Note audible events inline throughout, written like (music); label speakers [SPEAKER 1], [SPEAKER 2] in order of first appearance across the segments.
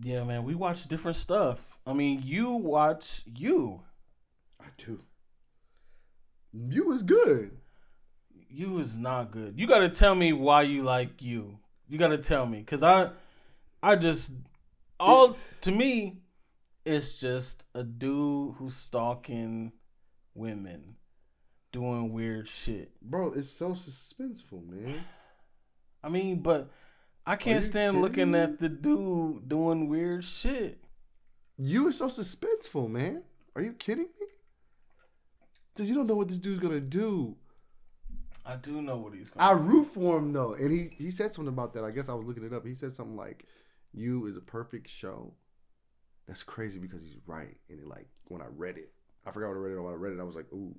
[SPEAKER 1] Yeah, man, we watch different stuff. I mean, you watch you.
[SPEAKER 2] I do. You is good.
[SPEAKER 1] You is not good. You got to tell me why you like you. You got to tell me cuz I I just all to me it's just a dude who's stalking women doing weird shit.
[SPEAKER 2] Bro, it's so suspenseful, man.
[SPEAKER 1] I mean, but I
[SPEAKER 2] you
[SPEAKER 1] can't stand looking
[SPEAKER 2] kidding me?
[SPEAKER 1] at the dude doing weird shit.
[SPEAKER 2] You is so suspenseful, man. Are you kidding me? Dude, you don't know what this dude's gonna do.
[SPEAKER 1] I do know what he's
[SPEAKER 2] I
[SPEAKER 1] going.
[SPEAKER 2] root for him though, and he he said something about that. I guess I was looking it up. He said something like, "You is a perfect show." That's crazy because he's right, and it, like when I read it, I forgot what I read it. When I read it, I was like, "Ooh,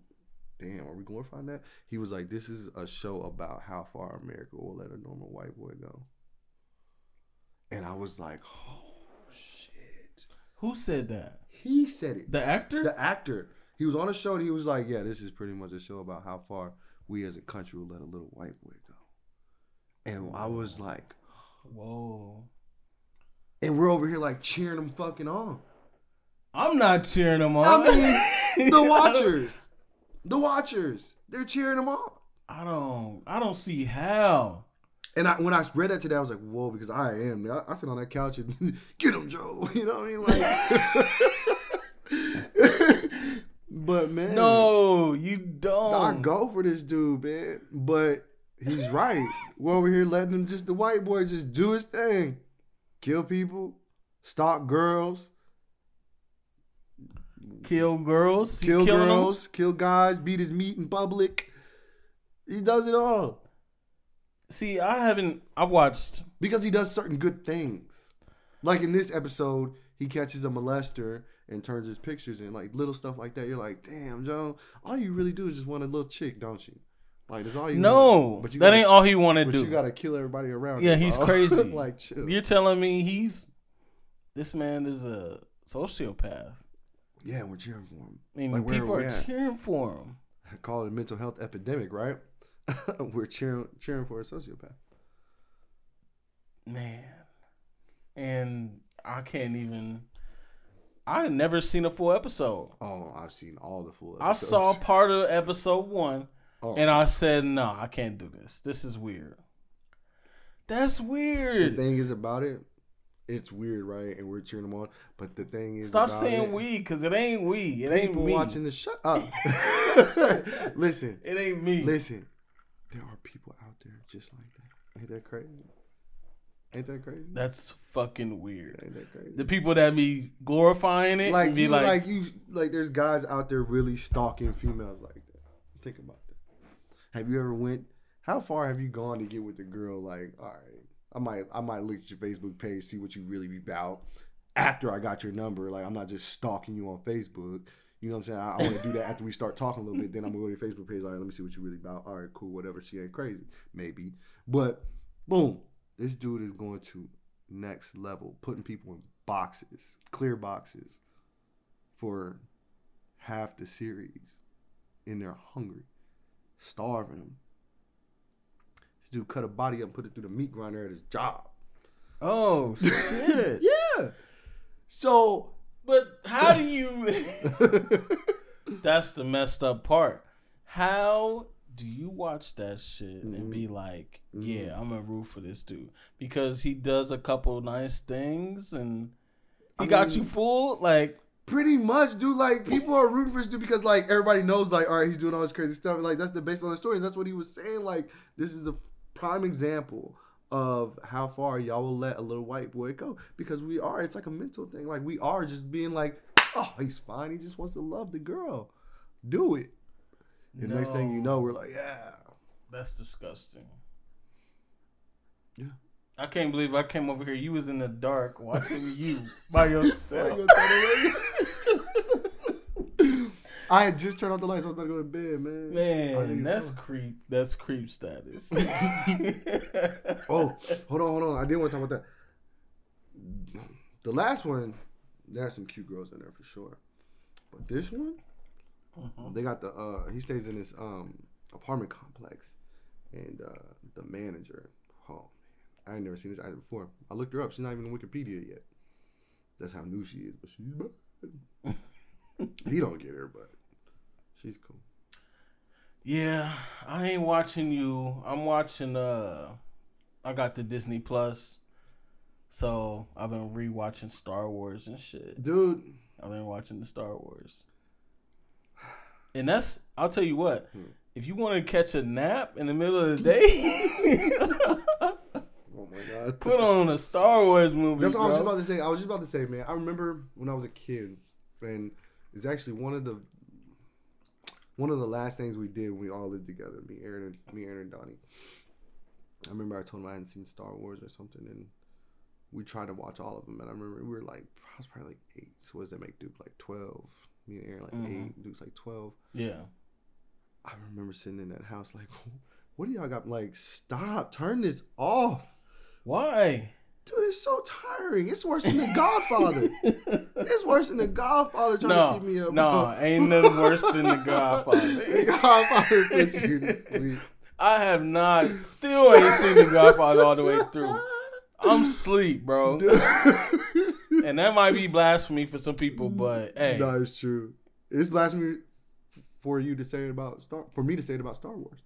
[SPEAKER 2] damn, are we glorifying that?" He was like, "This is a show about how far America will let a normal white boy go," and I was like, "Oh shit!"
[SPEAKER 1] Who said that?
[SPEAKER 2] He said it.
[SPEAKER 1] The actor?
[SPEAKER 2] The actor. He was on a show and he was like, Yeah, this is pretty much a show about how far we as a country will let a little white boy go. And I was like,
[SPEAKER 1] Whoa.
[SPEAKER 2] and we're over here like cheering him fucking on.
[SPEAKER 1] I'm not cheering him on. (laughs)
[SPEAKER 2] I mean, the watchers. The watchers. They're cheering him on.
[SPEAKER 1] I don't. I don't see how.
[SPEAKER 2] And I, when I read that today, I was like, whoa, because I am. I, I sit on that couch and (laughs) get him, Joe. You know what I mean? Like, (laughs) but man.
[SPEAKER 1] No, you
[SPEAKER 2] I
[SPEAKER 1] don't.
[SPEAKER 2] go for this dude, man. But he's right. (laughs) We're over here letting him just the white boy just do his thing. Kill people, stalk girls,
[SPEAKER 1] Kill girls.
[SPEAKER 2] kill
[SPEAKER 1] you killing 'em?
[SPEAKER 2] girls, kill guys, beat his meat in public. He does it all.
[SPEAKER 1] See, I haven't. I've watched.
[SPEAKER 2] Because he does certain good things. Like in this episode, he catches a molester and turns his pictures in, like little stuff like that. You're like, damn, Joe, all you really do is just want a little chick, don't you? Like that's all you
[SPEAKER 1] No,
[SPEAKER 2] want. But you
[SPEAKER 1] that
[SPEAKER 2] gotta-
[SPEAKER 1] ain't all he want to
[SPEAKER 2] But
[SPEAKER 1] do.
[SPEAKER 2] you gotta kill everybody around.
[SPEAKER 1] yeah,
[SPEAKER 2] you,
[SPEAKER 1] he's
[SPEAKER 2] bro.
[SPEAKER 1] crazy.
[SPEAKER 2] (laughs) like, chill.
[SPEAKER 1] You're telling me he's. This man is a sociopath.
[SPEAKER 2] Yeah, we're cheering for him.
[SPEAKER 1] I mean,
[SPEAKER 2] like, where
[SPEAKER 1] people
[SPEAKER 2] we
[SPEAKER 1] are
[SPEAKER 2] at?
[SPEAKER 1] cheering for him.
[SPEAKER 2] I (laughs) call it a mental health epidemic, right? (laughs) we're cheering, cheering for a sociopath.
[SPEAKER 1] man and i can't even i had never seen a full episode
[SPEAKER 2] Oh, I've seen all the full.
[SPEAKER 1] i
[SPEAKER 2] episodes.
[SPEAKER 1] saw part of episode one
[SPEAKER 2] Oh,
[SPEAKER 1] and i said no i can't do this this is weird that's
[SPEAKER 2] the
[SPEAKER 1] weird
[SPEAKER 2] thing is about it. It's weird, right? And we're cheering them on. But the thing is,
[SPEAKER 1] stop
[SPEAKER 2] about
[SPEAKER 1] saying
[SPEAKER 2] it,
[SPEAKER 1] we because it ain't we it ain't
[SPEAKER 2] People
[SPEAKER 1] me
[SPEAKER 2] watching this. Shut
[SPEAKER 1] (laughs)
[SPEAKER 2] up. (laughs) listen,
[SPEAKER 1] it ain't me
[SPEAKER 2] listen. There are people out there just like that. Ain't that crazy? Ain't that crazy?
[SPEAKER 1] that's fucking weird
[SPEAKER 2] Ain't that crazy?
[SPEAKER 1] the people that be glorifying it
[SPEAKER 2] like
[SPEAKER 1] and be
[SPEAKER 2] you,
[SPEAKER 1] like,
[SPEAKER 2] like, you like there's guys out there really stalking females like that. Think about that. Have you ever went how far have you gone to get with a girl like, all right, I might I might look at your Facebook page, see what you really be about after I got your number. Like I'm not just stalking you on Facebook. You know what I'm saying? I, I want to do that after we start talking a little bit. Then I'm gonna go to your Facebook page. All right, let me see what you really about. All right, cool, whatever. She ain't crazy, maybe. But boom, this dude is going to next level, putting people in boxes, clear boxes for half the series and they're hungry, starving them. This dude cut a body up and put it through the meat grinder at his job. (laughs)
[SPEAKER 1] oh shit
[SPEAKER 2] Yeah. So (laughs)
[SPEAKER 1] but how do you (laughs) That's the messed up part. How do you watch that shit and
[SPEAKER 2] Mm-hmm.
[SPEAKER 1] be like, yeah, I'm gonna root for this dude because he does a couple nice things and he
[SPEAKER 2] I
[SPEAKER 1] got
[SPEAKER 2] mean-
[SPEAKER 1] you fooled? Like,
[SPEAKER 2] pretty much, dude, like people are rooting for this dude because like everybody knows like, all right, he's doing all this crazy stuff. And, like that's the baseline of the story. And that's what he was saying. Like, this is a prime example of how far y'all will let a little white boy go. Because we are, it's like a mental thing. Like we are just being like, oh, he's fine. He just wants to love the girl. Do it. And next thing you
[SPEAKER 1] no,
[SPEAKER 2] know, we're like, yeah. (laughs)
[SPEAKER 1] that's disgusting.
[SPEAKER 2] Yeah.
[SPEAKER 1] I can't believe I came over here. You was in the dark watching you
[SPEAKER 2] (laughs)
[SPEAKER 1] by yourself.
[SPEAKER 2] I had just turned off the lights. I was about to go to bed, man. I think
[SPEAKER 1] Man, that's
[SPEAKER 2] it's over.
[SPEAKER 1] creep. That's creep
[SPEAKER 2] (laughs)
[SPEAKER 1] status. (laughs)
[SPEAKER 2] Oh, hold on, hold on. I did want to talk about that. The last one There's some cute girls in there for sure. But this one, they got the uh he stays in this um apartment complex and uh the manager. Oh man, I ain't never seen this either before. I looked her up, she's not even on Wikipedia yet. That's how new she is, but she's bad. he don't get her, but she's cool.
[SPEAKER 1] Yeah, I ain't watching you. I'm watching uh I got the Disney Plus. So I've been rewatching Star Wars and shit.
[SPEAKER 2] Dude,
[SPEAKER 1] I've been watching the Star Wars. And that's I'll tell you what,
[SPEAKER 2] Hmm.
[SPEAKER 1] if you want to catch a nap in the middle of the day, (laughs)
[SPEAKER 2] oh my god.
[SPEAKER 1] put on a Star Wars movie.
[SPEAKER 2] That's what I was just
[SPEAKER 1] bro.
[SPEAKER 2] about to say. I was just about to say, man. I remember when I was a kid, and it's actually one of the one of the last things we did when we all lived together. Me, Aaron, and me, Aaron, and Donnie. I remember I told him I hadn't seen Star Wars or something, and we tried to watch all of them. And I remember we were like, I was probably like eight. So what does that make Duke like twelve? Me and Aaron like
[SPEAKER 1] Mhm.
[SPEAKER 2] eight. Duke's like twelve.
[SPEAKER 1] Yeah.
[SPEAKER 2] I remember sitting in that house like, what do y'all got? Like, stop, turn this off, (laughs)
[SPEAKER 1] Why?
[SPEAKER 2] dude. It's so tiring. It's worse than The Godfather. It's worse than the Godfather trying to
[SPEAKER 1] no,
[SPEAKER 2] keep me up.
[SPEAKER 1] no, ain't nothing worse than
[SPEAKER 2] (laughs)
[SPEAKER 1] the Godfather.
[SPEAKER 2] the Godfather puts you to sleep.
[SPEAKER 1] I have not, still ain't seen the Godfather all the way through. I'm sleep, bro.
[SPEAKER 2] Dude.
[SPEAKER 1] and that might be blasphemy for some people, but (laughs) hey,
[SPEAKER 2] No, it's true. It's blasphemy for you to say it about Star for me to say it about Star Wars.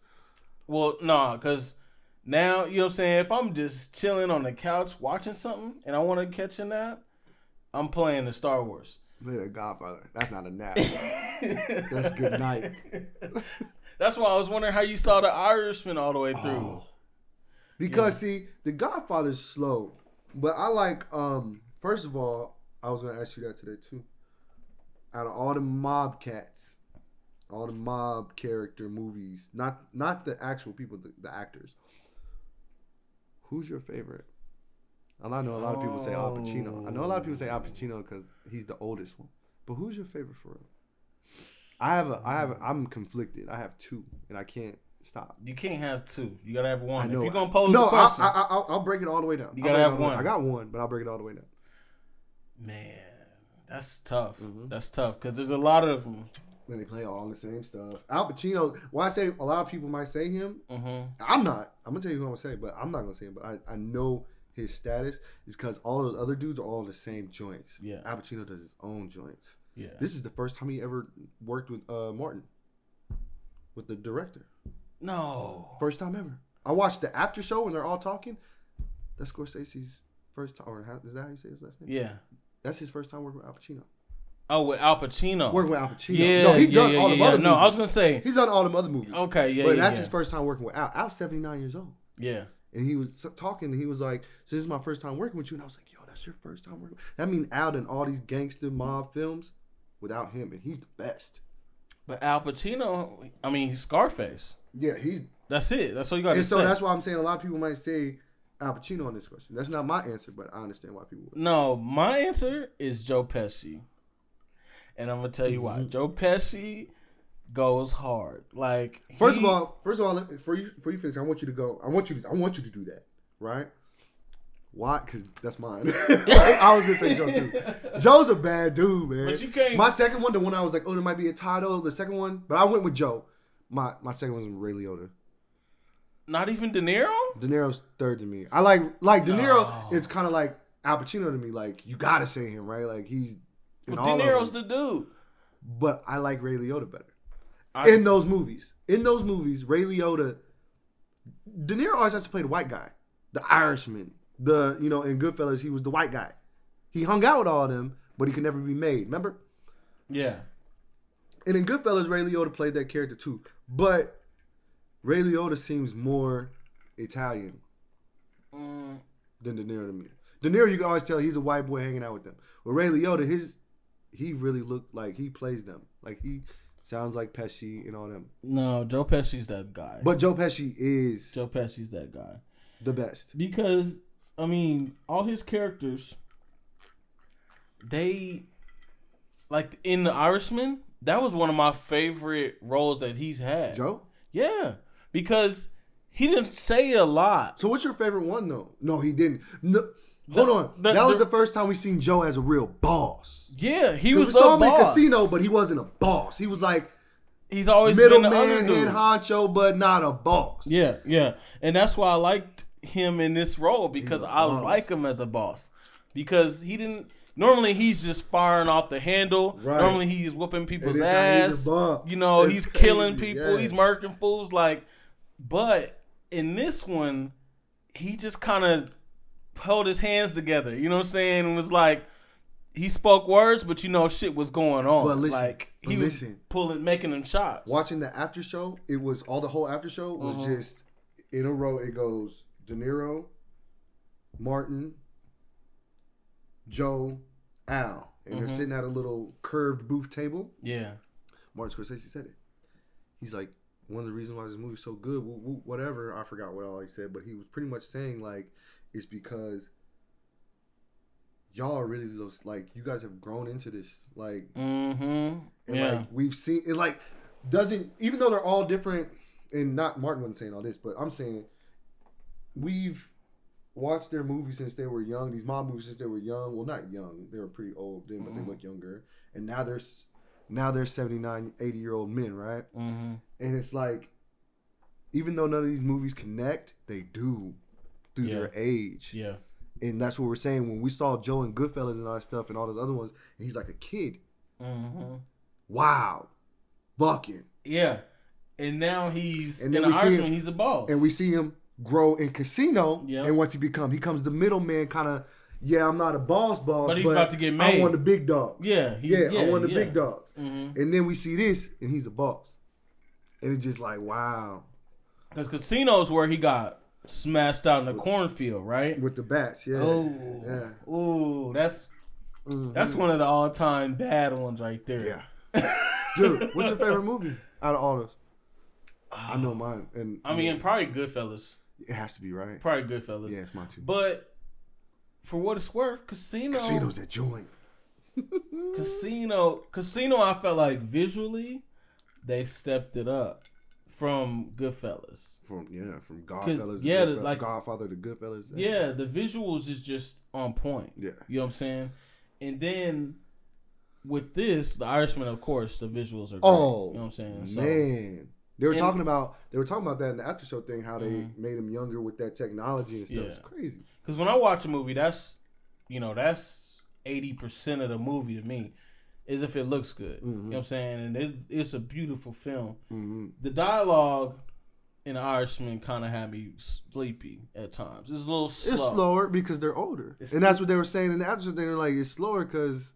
[SPEAKER 1] well, nah, cause now you know what I'm saying. If I'm just chilling on the couch watching something and I want to catch a nap, I'm playing the Star Wars. (laughs)
[SPEAKER 2] Play the Godfather. That's not a nap. That's good night.
[SPEAKER 1] That's why I was wondering how you saw the Irishman all the way through.
[SPEAKER 2] Oh. Because see, the Godfather's slow. But I like um first of all, I was gonna ask you that today too. Out of all the mob cats, all the mob character movies, not not the actual people, the, the actors. Who's your favorite? And I know a lot of people say Al Pacino. I know a lot of people say Al Pacino because he's the oldest one. But who's your favorite for real? I have a I have a, I'm conflicted. I have two, and I can't stop.
[SPEAKER 1] You can't have two. You gotta have
[SPEAKER 2] I
[SPEAKER 1] one. If
[SPEAKER 2] know.
[SPEAKER 1] you're gonna pose
[SPEAKER 2] no,
[SPEAKER 1] a question,
[SPEAKER 2] I, I, I'll, I'll break it all the way down.
[SPEAKER 1] You gotta
[SPEAKER 2] I'll break it
[SPEAKER 1] have
[SPEAKER 2] all the way down.
[SPEAKER 1] one.
[SPEAKER 2] I got one, but I'll break it all the way down.
[SPEAKER 1] man, that's tough.
[SPEAKER 2] Mhm.
[SPEAKER 1] That's tough because there's a lot of them.
[SPEAKER 2] When they play all the same stuff. Al Pacino. Why I say a lot of people might say him.
[SPEAKER 1] hmm
[SPEAKER 2] I'm not. I'm gonna tell you who I'm gonna say, but I'm not gonna say him. But I, I know his status is because all those other dudes are all the same joints.
[SPEAKER 1] Yeah.
[SPEAKER 2] Al Pacino does his own joints.
[SPEAKER 1] Yeah.
[SPEAKER 2] This is the first time he ever worked with uh, Martin, with the director.
[SPEAKER 1] No.
[SPEAKER 2] First time ever. I watched the after show when they're all talking. That's Scorsese's first time. Or how, is that how you say his last name?
[SPEAKER 1] Yeah.
[SPEAKER 2] That's his first time working with Al Pacino.
[SPEAKER 1] Oh, with Al Pacino.
[SPEAKER 2] Working with Al Pacino.
[SPEAKER 1] Yeah,
[SPEAKER 2] no, he
[SPEAKER 1] yeah,
[SPEAKER 2] done
[SPEAKER 1] yeah,
[SPEAKER 2] all
[SPEAKER 1] yeah,
[SPEAKER 2] them
[SPEAKER 1] yeah.
[SPEAKER 2] other
[SPEAKER 1] No, I was
[SPEAKER 2] movies.
[SPEAKER 1] gonna say,
[SPEAKER 2] He's done all them other movies.
[SPEAKER 1] okay, yeah,
[SPEAKER 2] but
[SPEAKER 1] yeah,
[SPEAKER 2] that's
[SPEAKER 1] yeah.
[SPEAKER 2] his first time working with Al. Al's 79 years old.
[SPEAKER 1] yeah.
[SPEAKER 2] And he was talking and he was like, So this is my first time working with you. And I was like, Yo, that's your first time working. That means Al done all these gangster mob films without him. And he's the best.
[SPEAKER 1] But Al Pacino, I mean, Scarface.
[SPEAKER 2] Yeah, he's.
[SPEAKER 1] That's it. That's all you got to
[SPEAKER 2] and so
[SPEAKER 1] say.
[SPEAKER 2] that's why I'm saying a lot of people might say Al Pacino on this question. That's not my answer, but I understand why people would.
[SPEAKER 1] no, my answer is Joe Pesci, and I'm gonna tell you
[SPEAKER 2] Mm-hmm.
[SPEAKER 1] why. Joe Pesci goes hard. Like
[SPEAKER 2] First
[SPEAKER 1] he-
[SPEAKER 2] of all, first of all, let- before you before you finish, I want you to go. I want you to I want you to do that, right? Why? Because that's mine. (laughs) I was gonna say Joe
[SPEAKER 1] (laughs)
[SPEAKER 2] too. Joe's a bad dude, man.
[SPEAKER 1] But you can't-
[SPEAKER 2] My second one, the one I was like, oh, there might be a title. The second one, but I went with Joe. My my second one was Ray Liotta.
[SPEAKER 1] not even De Niro.
[SPEAKER 2] De Niro's third to me. I like like De Niro.
[SPEAKER 1] No.
[SPEAKER 2] It's kind of like Al Pacino to me. Like you gotta say him, right? Like he's in
[SPEAKER 1] Well,
[SPEAKER 2] all
[SPEAKER 1] De
[SPEAKER 2] of
[SPEAKER 1] Niro's
[SPEAKER 2] them.
[SPEAKER 1] the dude.
[SPEAKER 2] but I like Ray Liotta better.
[SPEAKER 1] I-
[SPEAKER 2] in those movies, in those movies, Ray Liotta, De Niro always has to play the white guy, the Irishman, the you know in Goodfellas he was the white guy. He hung out with all of them, but he could never be made. Remember?
[SPEAKER 1] Yeah.
[SPEAKER 2] And in Goodfellas, Ray Liotta played that character too, but Ray Liotta seems more Italian
[SPEAKER 1] Mm,
[SPEAKER 2] than De Niro to me. De Niro, you can always tell he's a white boy hanging out with them. But Ray Liotta, his he really looked like he plays them. Like he sounds like Pesci and all them.
[SPEAKER 1] no, Joe Pesci's that guy.
[SPEAKER 2] But Joe Pesci is
[SPEAKER 1] Joe Pesci's that guy
[SPEAKER 2] the best.
[SPEAKER 1] because I mean, all his characters, they like in The Irishman. That was one of my favorite roles that he's had.
[SPEAKER 2] Joe.
[SPEAKER 1] Yeah, because he didn't say a lot.
[SPEAKER 2] So what's your favorite one though? No, he didn't. No, Hold on.
[SPEAKER 1] the-
[SPEAKER 2] that was
[SPEAKER 1] the-
[SPEAKER 2] the first time we seen Joe as a real boss.
[SPEAKER 1] Yeah, he
[SPEAKER 2] 'Cause
[SPEAKER 1] was
[SPEAKER 2] we
[SPEAKER 1] the
[SPEAKER 2] saw him in
[SPEAKER 1] boss.
[SPEAKER 2] Casino, but he wasn't a boss. He was like
[SPEAKER 1] he's always been the
[SPEAKER 2] middleman,
[SPEAKER 1] underdog.
[SPEAKER 2] head honcho, but not a boss.
[SPEAKER 1] Yeah, yeah, and that's why I liked him in this role because
[SPEAKER 2] a
[SPEAKER 1] I
[SPEAKER 2] boss.
[SPEAKER 1] like him as a boss because he didn't. Normally he's just firing off the handle.
[SPEAKER 2] Right.
[SPEAKER 1] Normally he's whooping people's
[SPEAKER 2] it's not- he's
[SPEAKER 1] ass.
[SPEAKER 2] a bum.
[SPEAKER 1] You know,
[SPEAKER 2] It's
[SPEAKER 1] he's killing
[SPEAKER 2] crazy,
[SPEAKER 1] people.
[SPEAKER 2] yeah.
[SPEAKER 1] He's murking fools. Like, but in this one, he just kind of held his hands together. You know what I'm saying? And was like, he spoke words, but you know shit was going on.
[SPEAKER 2] But listen,
[SPEAKER 1] like
[SPEAKER 2] but
[SPEAKER 1] he was
[SPEAKER 2] listen.
[SPEAKER 1] pulling, making them shots.
[SPEAKER 2] Watching the after show, it was all the whole after show was
[SPEAKER 1] Uh-huh.
[SPEAKER 2] just in a row. It goes De Niro, Martin, Joe, Al, and
[SPEAKER 1] Mm-hmm.
[SPEAKER 2] they're sitting at a little curved booth table.
[SPEAKER 1] Yeah.
[SPEAKER 2] Martin Scorsese said it. He's like, one of the reasons why this movie's so good, woo, woo, whatever. I forgot what all he said, but he was pretty much saying like, it's because y'all are really those like you guys have grown into this like
[SPEAKER 1] Mm-hmm.
[SPEAKER 2] and
[SPEAKER 1] Yeah.
[SPEAKER 2] like we've seen it like doesn't even though they're all different and not Martin wasn't saying all this, but I'm saying we've watched their movies since they were young, these mob movies since they were young. Well not young, they were pretty old then,
[SPEAKER 1] Mm-hmm.
[SPEAKER 2] but they look younger. And now they're s- now they're 79, 80 year old men, right?
[SPEAKER 1] mm-hmm.
[SPEAKER 2] And it's like even though none of these movies connect, they do through
[SPEAKER 1] Yeah.
[SPEAKER 2] their age.
[SPEAKER 1] Yeah.
[SPEAKER 2] And that's what we're saying when we saw Joe and Goodfellas and all that stuff and all those other ones, and he's like a kid.
[SPEAKER 1] Mm-hmm.
[SPEAKER 2] Wow. Bucking.
[SPEAKER 1] Yeah. And now he's
[SPEAKER 2] And
[SPEAKER 1] in
[SPEAKER 2] then
[SPEAKER 1] an
[SPEAKER 2] we see
[SPEAKER 1] argument.
[SPEAKER 2] him-
[SPEAKER 1] he's a boss.
[SPEAKER 2] and we see him grow in casino.
[SPEAKER 1] Yeah.
[SPEAKER 2] And once he become, he comes the middleman kind of. Yeah, I'm not a boss, boss,
[SPEAKER 1] But he's about to get
[SPEAKER 2] I
[SPEAKER 1] made.
[SPEAKER 2] want the big dog.
[SPEAKER 1] Yeah, he-
[SPEAKER 2] yeah, I
[SPEAKER 1] yeah,
[SPEAKER 2] want the
[SPEAKER 1] yeah.
[SPEAKER 2] big dog.
[SPEAKER 1] Mhm.
[SPEAKER 2] And then we see this, and he's a boss. And it's just like, wow,
[SPEAKER 1] Because casinos where he got smashed out in the cornfield, right?
[SPEAKER 2] with the bats, yeah,
[SPEAKER 1] Oh,
[SPEAKER 2] yeah, Mm-hmm.
[SPEAKER 1] ooh, that's that's one of the all time bad ones right there.
[SPEAKER 2] yeah.
[SPEAKER 1] (laughs)
[SPEAKER 2] Dude, what's your favorite movie out of all those? I know mine, and
[SPEAKER 1] Uh, I mean, probably Goodfellas.
[SPEAKER 2] it has to be right.
[SPEAKER 1] Probably Goodfellas.
[SPEAKER 2] Yeah, it's mine too.
[SPEAKER 1] But um, for what it's worth, Casino,
[SPEAKER 2] Casinos that joint.
[SPEAKER 1] Casino, Casino, I felt like visually they stepped it up from Goodfellas.
[SPEAKER 2] From yeah, from Godfellas. to
[SPEAKER 1] yeah, the-
[SPEAKER 2] Goodfellas-
[SPEAKER 1] like-
[SPEAKER 2] Godfather to Goodfellas.
[SPEAKER 1] Yeah, the visuals is just on point.
[SPEAKER 2] Yeah.
[SPEAKER 1] You know what I'm saying? And then with this, the Irishman, of course, the visuals are great.
[SPEAKER 2] Oh,
[SPEAKER 1] you know what I'm saying?
[SPEAKER 2] man, they were
[SPEAKER 1] And- Mm-hmm.
[SPEAKER 2] talking about they were talking about that in the after show thing, how they made him younger with that technology and stuff. It's
[SPEAKER 1] Yeah.
[SPEAKER 2] crazy.
[SPEAKER 1] Because when I watch a movie, that's you know that's eighty percent of the movie to me is if it looks good. You
[SPEAKER 2] Mm-hmm.
[SPEAKER 1] know what I'm saying? And it, it's a beautiful film. The dialogue in Irishman kind of had me sleepy at times. It's a little slow.
[SPEAKER 2] It's slower because they're older, and that's what they were saying in the after show thing. They're like, it's slower because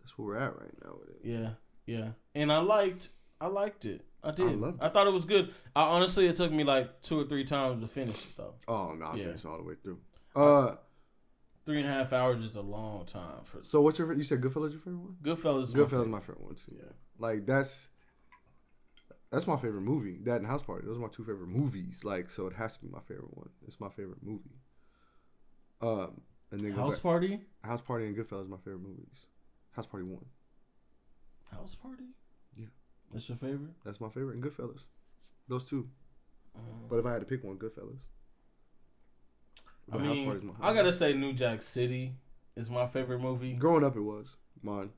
[SPEAKER 2] that's where we're at right now. With it.
[SPEAKER 1] Yeah, yeah. And I liked, I liked it. I did. I,
[SPEAKER 2] loved
[SPEAKER 1] thought it was good. I honestly, it took me like two or three times to finish it though.
[SPEAKER 2] Oh no, I
[SPEAKER 1] Yeah.
[SPEAKER 2] finished all the way through. Uh,
[SPEAKER 1] Three and a half hours is a long time for
[SPEAKER 2] so what's your fa- you said Goodfellas your favorite one?
[SPEAKER 1] Goodfellas. is my
[SPEAKER 2] Goodfellas my favorite one too. Yeah, like that's that's my favorite movie. That and House Party. Those are my two favorite movies. Like so, it has to be my favorite one. It's my favorite movie. Um, and then
[SPEAKER 1] favorite.
[SPEAKER 2] go back-
[SPEAKER 1] House party.
[SPEAKER 2] House Party and Goodfellas are my favorite movies. House Party one,
[SPEAKER 1] House party.
[SPEAKER 2] Yeah.
[SPEAKER 1] that's your favorite. Uh,
[SPEAKER 2] that's my favorite, and Goodfellas, those two. But if I had to pick one, Goodfellas.
[SPEAKER 1] I
[SPEAKER 2] But House Party's
[SPEAKER 1] mean,
[SPEAKER 2] my
[SPEAKER 1] I
[SPEAKER 2] favorite.
[SPEAKER 1] gotta say, New Jack City is my favorite movie.
[SPEAKER 2] Growing up, it was mine.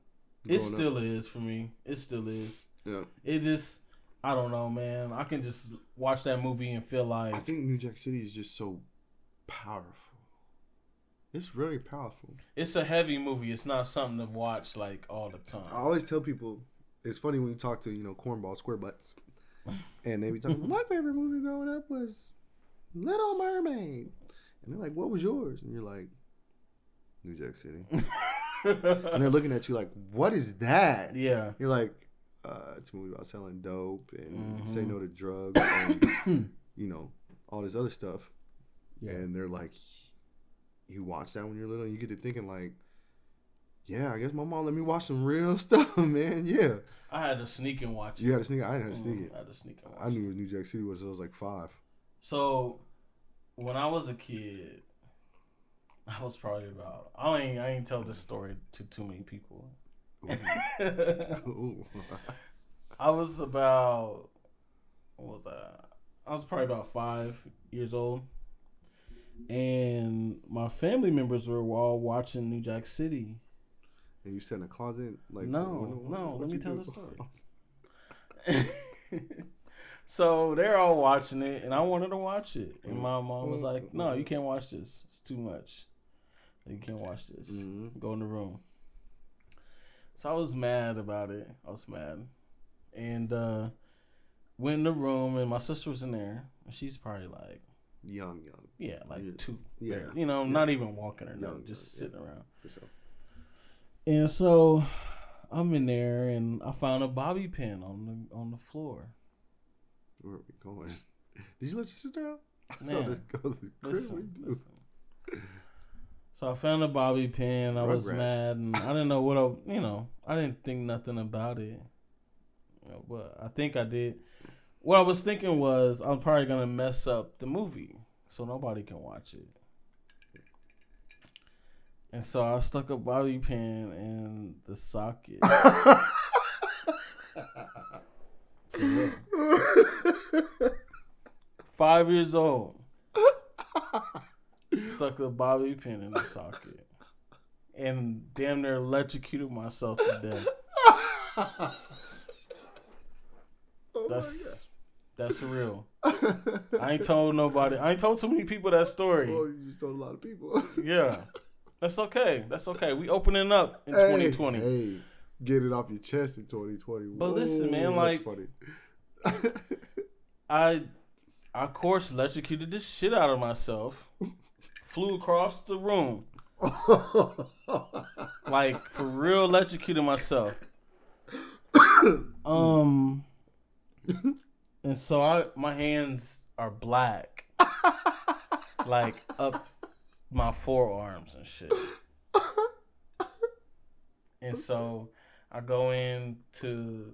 [SPEAKER 1] It
[SPEAKER 2] Growing up.
[SPEAKER 1] still is for me. It still is.
[SPEAKER 2] Yeah.
[SPEAKER 1] It just, I don't know, man. I can just watch that movie and feel like
[SPEAKER 2] I think New Jack City is just so powerful. It's very powerful.
[SPEAKER 1] it's a heavy movie. It's not something to watch like all the time.
[SPEAKER 2] I always tell people it's funny when you talk to you know cornball
[SPEAKER 1] (laughs)
[SPEAKER 2] square butts, and they be talking. My favorite movie growing up was Little Mermaid, and they're like, "What was yours?" And you're like, New Jack City, and they're looking at you like, "What is
[SPEAKER 1] (laughs)
[SPEAKER 2] that?"
[SPEAKER 1] yeah.
[SPEAKER 2] You're like, uh, "It's a movie about selling dope and
[SPEAKER 1] Mm-hmm.
[SPEAKER 2] say no to drugs
[SPEAKER 1] (coughs)
[SPEAKER 2] and you know all this other stuff," and they're like, "You watch that when you're little, and you get to thinking like." Yeah, I guess my mom let me watch some real (laughs) stuff, man. Yeah.
[SPEAKER 1] I had to sneak and watch it.
[SPEAKER 2] You had to sneak it. I didn't have to sneak
[SPEAKER 1] Mm,
[SPEAKER 2] it.
[SPEAKER 1] I had to sneak and
[SPEAKER 2] I
[SPEAKER 1] watch it.
[SPEAKER 2] knew what New Jack City was. I was
[SPEAKER 1] (laughs)
[SPEAKER 2] like five.
[SPEAKER 1] So, when I was a kid, (laughs) I was probably about. I ain't. I ain't tell this story to too many people. (laughs)
[SPEAKER 2] Ooh. (laughs)
[SPEAKER 1] I was about. What was I? I was probably about five years old, and my family members were all watching New Jack City.
[SPEAKER 2] And you sit in a closet? Like
[SPEAKER 1] No,
[SPEAKER 2] what- what-
[SPEAKER 1] no,
[SPEAKER 2] what
[SPEAKER 1] let me
[SPEAKER 2] you
[SPEAKER 1] tell
[SPEAKER 2] do?
[SPEAKER 1] the
[SPEAKER 2] (laughs)
[SPEAKER 1] story. (laughs) so they're all watching it, and I wanted to watch it, and my mom
[SPEAKER 2] Mm,
[SPEAKER 1] was like, "No, you can't watch this. It's too much. You can't watch this.
[SPEAKER 2] Mhm.
[SPEAKER 1] Go in the room." So I was mad about it. I was mad, and uh, went in the room, and my sister was in there, and she's probably like.
[SPEAKER 2] Young, young,
[SPEAKER 1] Yeah, like
[SPEAKER 2] Yeah.
[SPEAKER 1] two.
[SPEAKER 2] Yeah.
[SPEAKER 1] barely. You know, not even walking or
[SPEAKER 2] No,
[SPEAKER 1] nothing,
[SPEAKER 2] no,
[SPEAKER 1] just
[SPEAKER 2] yeah.
[SPEAKER 1] sitting around.
[SPEAKER 2] for sure.
[SPEAKER 1] And so I'm in there and I found a bobby pin on the on the
[SPEAKER 2] (laughs)
[SPEAKER 1] floor.
[SPEAKER 2] Where are we going? (laughs) Did you let your sister out? Oh,
[SPEAKER 1] Man,
[SPEAKER 2] Go to the crib, what you
[SPEAKER 1] listen,
[SPEAKER 2] do?
[SPEAKER 1] listen. So I found a bobby pin. I was
[SPEAKER 2] Rugrats.
[SPEAKER 1] mad and I didn't know what I, you know, I didn't think nothing about it. Uh, But I think I did. What I was thinking was I'm probably gonna mess up the movie so nobody can watch it. And so I stuck a bobby pin in the socket. For real. Five years old. Stuck a bobby pin in the socket. And damn near electrocuted myself to death.
[SPEAKER 2] (laughs) Oh my
[SPEAKER 1] That's that's real.
[SPEAKER 2] God.
[SPEAKER 1] I ain't told nobody. I ain't told too many people that story.
[SPEAKER 2] Well, you just told a lot of people.
[SPEAKER 1] (laughs) Yeah. That's okay. That's okay. We opening up in
[SPEAKER 2] Hey,
[SPEAKER 1] 2020.
[SPEAKER 2] Hey, get it off your chest in 2020.
[SPEAKER 1] But listen, man,
[SPEAKER 2] that's
[SPEAKER 1] like-
[SPEAKER 2] funny.
[SPEAKER 1] I I of course electrocuted the shit out of myself. Flew across the room.
[SPEAKER 2] (laughs)
[SPEAKER 1] Like for real electrocuted myself. Um and so I my hands are black. Like up my forearms and shit. And so I go into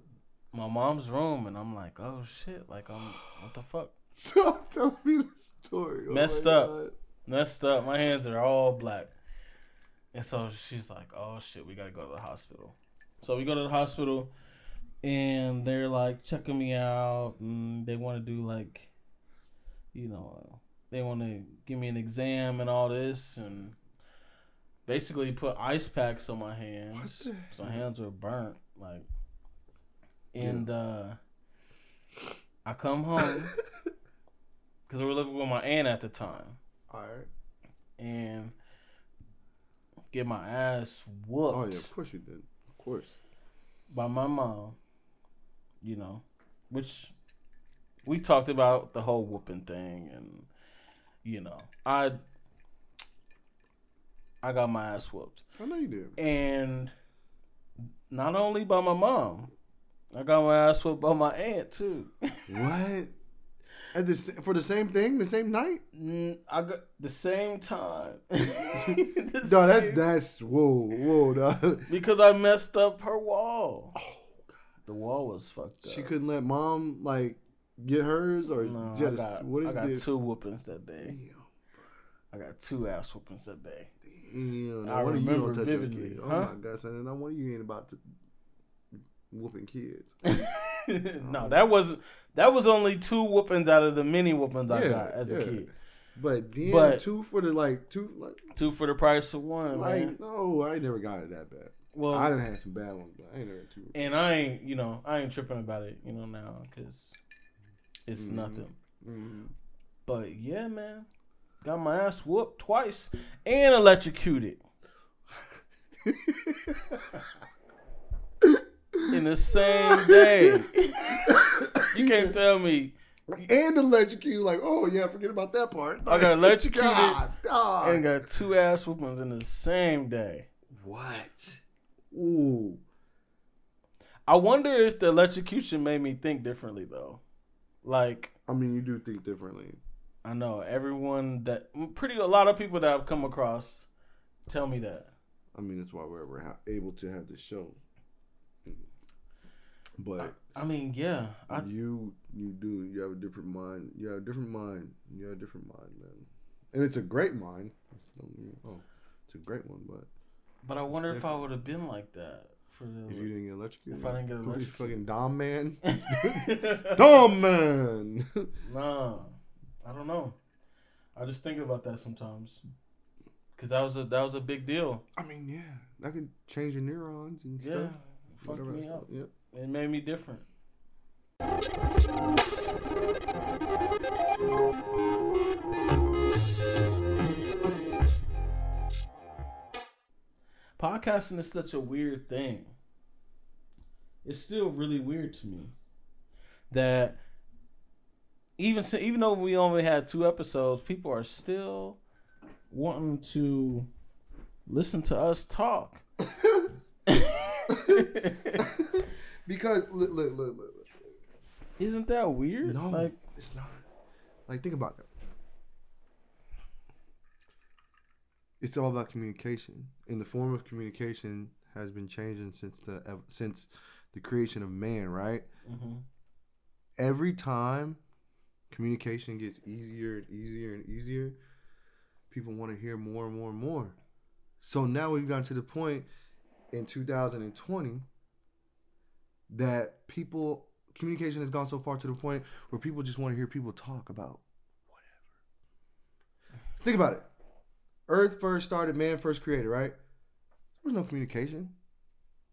[SPEAKER 1] my mom's room and I'm like, oh shit, like I'm what the fuck?
[SPEAKER 2] Stop telling me the story. Oh my
[SPEAKER 1] Messed up.
[SPEAKER 2] God.
[SPEAKER 1] messed up. My hands are all black. And so she's like, oh shit, we gotta go to the hospital. So we go to the hospital and they're like checking me out and they wanna do like, you know, they wanna give me an exam and all this and basically put ice packs on my hands.
[SPEAKER 2] What
[SPEAKER 1] So my hands were burnt. Like, and uh, I come home because we were living with my aunt at the time
[SPEAKER 2] All right.
[SPEAKER 1] and get my ass
[SPEAKER 2] Oh,
[SPEAKER 1] whooped
[SPEAKER 2] yeah, of course you did. Of course.
[SPEAKER 1] by my mom, you know, which we talked about the whole whooping thing and you know, I I got my ass whooped.
[SPEAKER 2] I know you did.
[SPEAKER 1] And not only by my mom, I got my ass whooped by my aunt too. (laughs)
[SPEAKER 2] What? At the, sa- for the same thing, the same night?
[SPEAKER 1] Mm, I got the same time. (laughs) The
[SPEAKER 2] No, that's
[SPEAKER 1] same-
[SPEAKER 2] that's whoa, whoa. (laughs) dawg.
[SPEAKER 1] Because I messed up her wall. Oh, The wall was fucked up.
[SPEAKER 2] She couldn't let mom like get hers or
[SPEAKER 1] No,
[SPEAKER 2] she had
[SPEAKER 1] I
[SPEAKER 2] a s-
[SPEAKER 1] got,
[SPEAKER 2] what is
[SPEAKER 1] I got
[SPEAKER 2] this?
[SPEAKER 1] two whoopings that day.
[SPEAKER 2] Damn,
[SPEAKER 1] I got two ass whoopings that day. (laughs)
[SPEAKER 2] damn.
[SPEAKER 1] I
[SPEAKER 2] Now, one of you
[SPEAKER 1] remember
[SPEAKER 2] don't touch your
[SPEAKER 1] vividly,
[SPEAKER 2] kid.
[SPEAKER 1] huh?
[SPEAKER 2] Oh my god, son! And I one of you ain't about to whooping kids. Oh.
[SPEAKER 1] no, that was that was only two whoopings out of the many whoopings I
[SPEAKER 2] Yeah,
[SPEAKER 1] got as a
[SPEAKER 2] yeah.
[SPEAKER 1] kid.
[SPEAKER 2] But damn,
[SPEAKER 1] But-
[SPEAKER 2] two for the like two like,
[SPEAKER 1] Two for the price of one, man. Oh.
[SPEAKER 2] like no, I ain't never got it that bad.
[SPEAKER 1] Well,
[SPEAKER 2] I done had some bad ones, but I ain't never two.
[SPEAKER 1] and I ain't you know I ain't tripping about it you know now because it's
[SPEAKER 2] Mhm.
[SPEAKER 1] nothing.
[SPEAKER 2] Mhm.
[SPEAKER 1] But yeah, man, got my ass whooped twice and electrocuted Eh. in the same
[SPEAKER 2] (laughs)
[SPEAKER 1] day.
[SPEAKER 2] Mm-hmm.
[SPEAKER 1] you can't tell me
[SPEAKER 2] and electrocute, like oh yeah, forget about that part.
[SPEAKER 1] I got electrocuted
[SPEAKER 2] God, dawg.
[SPEAKER 1] and got two ass whoopings in the same day.
[SPEAKER 2] What? Ooh.
[SPEAKER 1] I wonder if the electrocution made me think differently though. Like
[SPEAKER 2] I mean, you do think differently.
[SPEAKER 1] I know everyone that pretty a lot of people that I've come across tell me that.
[SPEAKER 2] I mean, that's why we're, we're ha- able to have this show. But
[SPEAKER 1] I mean, yeah, I,
[SPEAKER 2] you, you do. You have a different mind. You have a different mind. You have a different mind, man. And it's a great mind. Oh, it's a great one. But
[SPEAKER 1] but I wonder if I would have been like that for
[SPEAKER 2] if you
[SPEAKER 1] the.
[SPEAKER 2] didn't get electrocuted,
[SPEAKER 1] If I didn't get
[SPEAKER 2] who's (laughs) you,
[SPEAKER 1] electrocuted.
[SPEAKER 2] fucking dumb man, (laughs)
[SPEAKER 1] no, (laughs)
[SPEAKER 2] dumb man. (laughs)
[SPEAKER 1] nah, I don't know. I I just think about that sometimes. Cause that was a that was a big deal.
[SPEAKER 2] I mean, yeah, that can change your neurons and
[SPEAKER 1] Yeah,
[SPEAKER 2] stuff.
[SPEAKER 1] fucked
[SPEAKER 2] whatever that
[SPEAKER 1] me
[SPEAKER 2] stuff.
[SPEAKER 1] up.
[SPEAKER 2] Yep.
[SPEAKER 1] (laughs) It made me different. Podcasting is such a weird thing. It's still really weird to me that even si- even though we only had two episodes, people are still wanting to listen to us talk. (laughs)
[SPEAKER 2] Because look, look, look, look, look.
[SPEAKER 1] Isn't that weird?
[SPEAKER 2] No,
[SPEAKER 1] Like
[SPEAKER 2] it's not. Like, think about that. It's all about communication, and the form of communication has been changing since the ev- since the creation of man. Right?
[SPEAKER 1] Mhm.
[SPEAKER 2] Every time communication gets easier and easier and easier, people want to hear more and more and more. So now we've gotten to the point in 2020 that people communication has gone so far to the point where people just want to hear people talk about whatever. Think about it. Earth first started, man first created, right? There was no communication.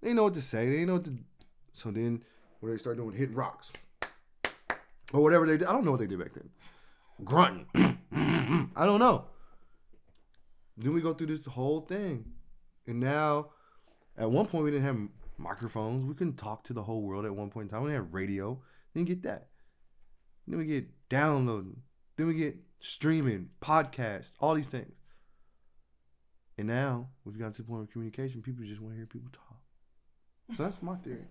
[SPEAKER 2] They didn't know what to say. They didn't know what to. So then, when they started doing hitting rocks or whatever they did, I don't know what they did back then. Grunting. (clears throat) I don't know. Then we go through this whole thing, and now at one point, we didn't have microphones. We couldn't talk to the whole world at one point in time. We didn't have radio. Didn't get that. Then we get downloading. Then we get streaming, podcasts, all these things. And now we've gotten to the point of communication. People just want to hear people talk. So that's my theory.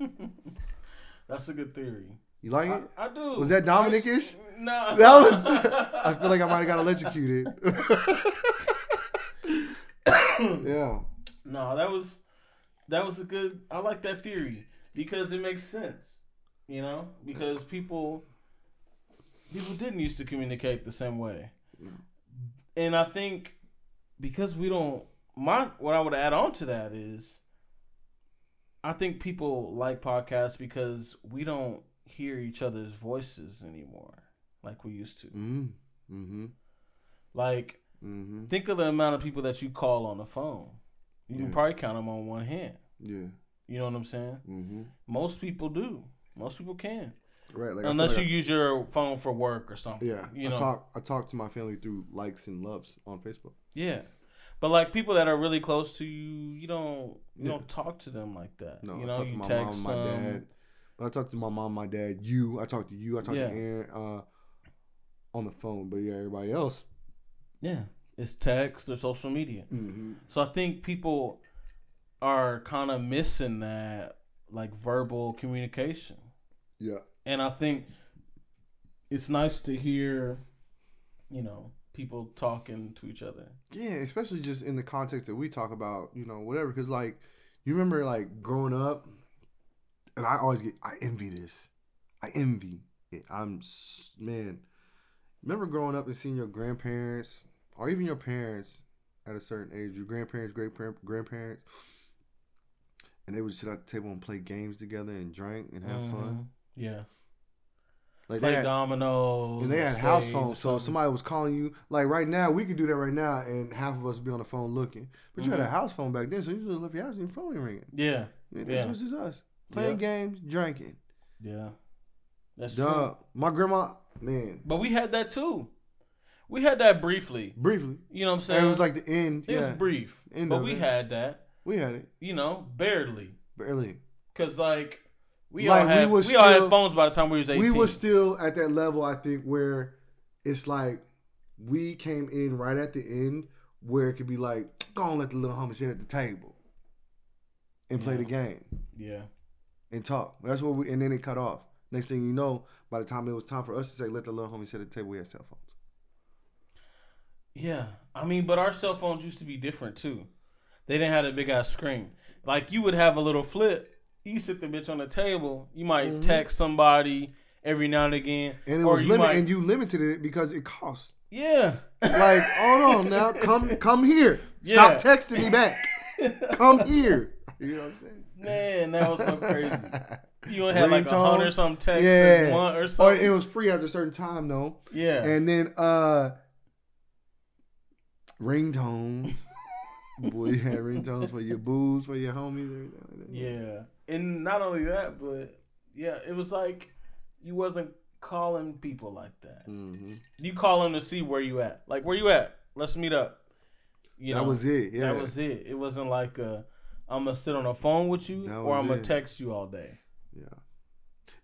[SPEAKER 1] That's a good theory.
[SPEAKER 2] You like
[SPEAKER 1] I,
[SPEAKER 2] it?
[SPEAKER 1] I do.
[SPEAKER 2] Was that Dominicish?
[SPEAKER 1] (laughs) No.
[SPEAKER 2] (laughs) That
[SPEAKER 1] (laughs)
[SPEAKER 2] was. I feel like I might have got electrocuted. (laughs) yeah.
[SPEAKER 1] no, that was that was a good I like that theory because it makes sense. You know? Because people people didn't used to communicate the same way. And I think because we don't my what I would add on to that is I think people like podcasts because we don't hear each other's voices anymore like we used to.
[SPEAKER 2] Mm. Mm-hmm.
[SPEAKER 1] Like
[SPEAKER 2] Mm-hmm.
[SPEAKER 1] Think of the amount of people that you call on the phone. You can
[SPEAKER 2] Yeah.
[SPEAKER 1] probably count them on one hand.
[SPEAKER 2] Yeah.
[SPEAKER 1] You know what I'm saying?
[SPEAKER 2] Mm-hmm.
[SPEAKER 1] Most people do. Most people can,
[SPEAKER 2] Right. Like I feel
[SPEAKER 1] unless
[SPEAKER 2] like
[SPEAKER 1] you
[SPEAKER 2] I-
[SPEAKER 1] use your phone for work or something.
[SPEAKER 2] Yeah,
[SPEAKER 1] you
[SPEAKER 2] I
[SPEAKER 1] know.
[SPEAKER 2] talk. I talk to my family through likes and loves on Facebook.
[SPEAKER 1] Yeah, but like people that are really close to you, you don't you
[SPEAKER 2] Yeah.
[SPEAKER 1] don't talk to them like that.
[SPEAKER 2] No,
[SPEAKER 1] you
[SPEAKER 2] I
[SPEAKER 1] know,
[SPEAKER 2] talk to
[SPEAKER 1] you
[SPEAKER 2] my
[SPEAKER 1] text
[SPEAKER 2] mom, and
[SPEAKER 1] them.
[SPEAKER 2] my dad. But I talk to my mom, my dad, you. I talk to you. I talk
[SPEAKER 1] Yeah.
[SPEAKER 2] to Aaron uh, on the phone. But yeah, everybody else.
[SPEAKER 1] Yeah, it's text or social media.
[SPEAKER 2] Mm-hmm.
[SPEAKER 1] So I think people are kind of missing that like verbal communication.
[SPEAKER 2] Yeah.
[SPEAKER 1] and I think it's nice to hear, you know, people talking to each other.
[SPEAKER 2] Yeah, especially just in the context that we talk about, you know, whatever. Because like, you remember like growing up, and I always get I envy this. I envy it. I'm s- man. Remember growing up and seeing your grandparents or even your parents at a certain age, your grandparents, great par- grandparents, and they would sit at the table and play games together and drink and have fun.
[SPEAKER 1] Mhm. Yeah,
[SPEAKER 2] Like
[SPEAKER 1] play
[SPEAKER 2] they had,
[SPEAKER 1] dominoes.
[SPEAKER 2] and they had
[SPEAKER 1] stage
[SPEAKER 2] house
[SPEAKER 1] or
[SPEAKER 2] phones, so if
[SPEAKER 1] something.
[SPEAKER 2] somebody was calling you. Like right now, we could do that right now, and half of us would be on the phone looking. But you had
[SPEAKER 1] Mhm.
[SPEAKER 2] a house phone back then, so you just left your house and your phone ain't ringing.
[SPEAKER 1] Yeah,
[SPEAKER 2] It
[SPEAKER 1] Yeah.
[SPEAKER 2] was just us playing
[SPEAKER 1] Yeah.
[SPEAKER 2] games, drinking.
[SPEAKER 1] yeah, that's true.
[SPEAKER 2] Duh, my grandma, man,
[SPEAKER 1] But we had that too. We had that briefly.
[SPEAKER 2] briefly.
[SPEAKER 1] You know what I'm
[SPEAKER 2] And
[SPEAKER 1] saying?
[SPEAKER 2] it was like the end.
[SPEAKER 1] it
[SPEAKER 2] yeah,
[SPEAKER 1] was brief,
[SPEAKER 2] End
[SPEAKER 1] but
[SPEAKER 2] of
[SPEAKER 1] we
[SPEAKER 2] it.
[SPEAKER 1] had that.
[SPEAKER 2] we had it
[SPEAKER 1] You know, barely,
[SPEAKER 2] barely.
[SPEAKER 1] because like we
[SPEAKER 2] Like,
[SPEAKER 1] all
[SPEAKER 2] we
[SPEAKER 1] had we,
[SPEAKER 2] was
[SPEAKER 1] all had
[SPEAKER 2] still-
[SPEAKER 1] phones by the time we was 18.
[SPEAKER 2] We were still at that level, I think, where it's like we came in right at the end where it could be like, go on, let the little homie sit at the table and play
[SPEAKER 1] Yeah.
[SPEAKER 2] the game.
[SPEAKER 1] yeah,
[SPEAKER 2] and talk. That's what we and then it cut off. Next thing you know, by the time it was time for us to say, let the little homie sit at the table, we had cell phones.
[SPEAKER 1] Yeah, I mean, but our cell phones used to be different too. They didn't have a big ass screen. Like you would have a little flip. You sit the bitch on the table. You might text somebody every now and again,
[SPEAKER 2] Mm-hmm. And it
[SPEAKER 1] or
[SPEAKER 2] was
[SPEAKER 1] you
[SPEAKER 2] limit
[SPEAKER 1] might-
[SPEAKER 2] and you limited it because it cost.
[SPEAKER 1] yeah, (laughs)
[SPEAKER 2] Like, hold on now, come come here.
[SPEAKER 1] Yeah.
[SPEAKER 2] Stop texting me back. come here. You know what I'm saying?
[SPEAKER 1] man, that was so
[SPEAKER 2] (laughs)
[SPEAKER 1] crazy. You would have like a
[SPEAKER 2] Ringtone?
[SPEAKER 1] hundred some texts
[SPEAKER 2] yeah.
[SPEAKER 1] or one or
[SPEAKER 2] Or
[SPEAKER 1] something.
[SPEAKER 2] it was free after a certain time though.
[SPEAKER 1] yeah,
[SPEAKER 2] And then uh
[SPEAKER 1] (laughs)
[SPEAKER 2] ringtones. Boy, you had ringtones for your booze, for your homies, everything like that.
[SPEAKER 1] Yeah, and not only that, but yeah, it was like you wasn't calling people like that.
[SPEAKER 2] Mm-hmm.
[SPEAKER 1] You call them to see where you at. Like where you at? Let's meet up. You
[SPEAKER 2] that
[SPEAKER 1] know,
[SPEAKER 2] was it. Yeah.
[SPEAKER 1] that was it. It wasn't like i am I'm gonna sit on the phone with you
[SPEAKER 2] That
[SPEAKER 1] or
[SPEAKER 2] was
[SPEAKER 1] I'm gonna
[SPEAKER 2] it.
[SPEAKER 1] text you all day.
[SPEAKER 2] Yeah.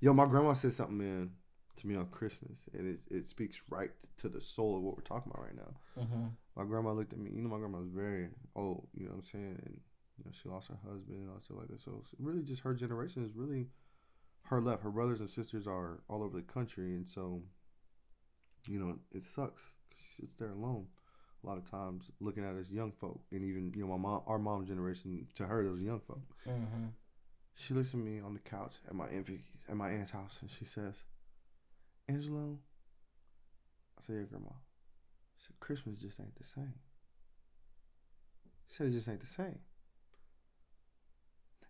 [SPEAKER 2] Yo, my grandma said something, man, to me on Christmas, and it, it speaks right to the soul of what we're talking about right now.
[SPEAKER 1] hmm
[SPEAKER 2] My grandma looked at me. You know, my grandma was very old. You know what I'm saying? And you know, she lost her husband and all stuff like that. So it's really, just her generation is really her left. Her brothers and sisters are all over the country, and so you know, it sucks. 'cause she sits there alone a lot of times, looking at us young folk, and even you know, my mom, our mom generation, to her, those young folk.
[SPEAKER 1] hmm
[SPEAKER 2] She looks at me on the couch at my aunt Vicky's, at my aunt's house, and she says, "Angelo," I said, "Yeah, grandma." She said, "Christmas just ain't the same." She said, "It just ain't the same."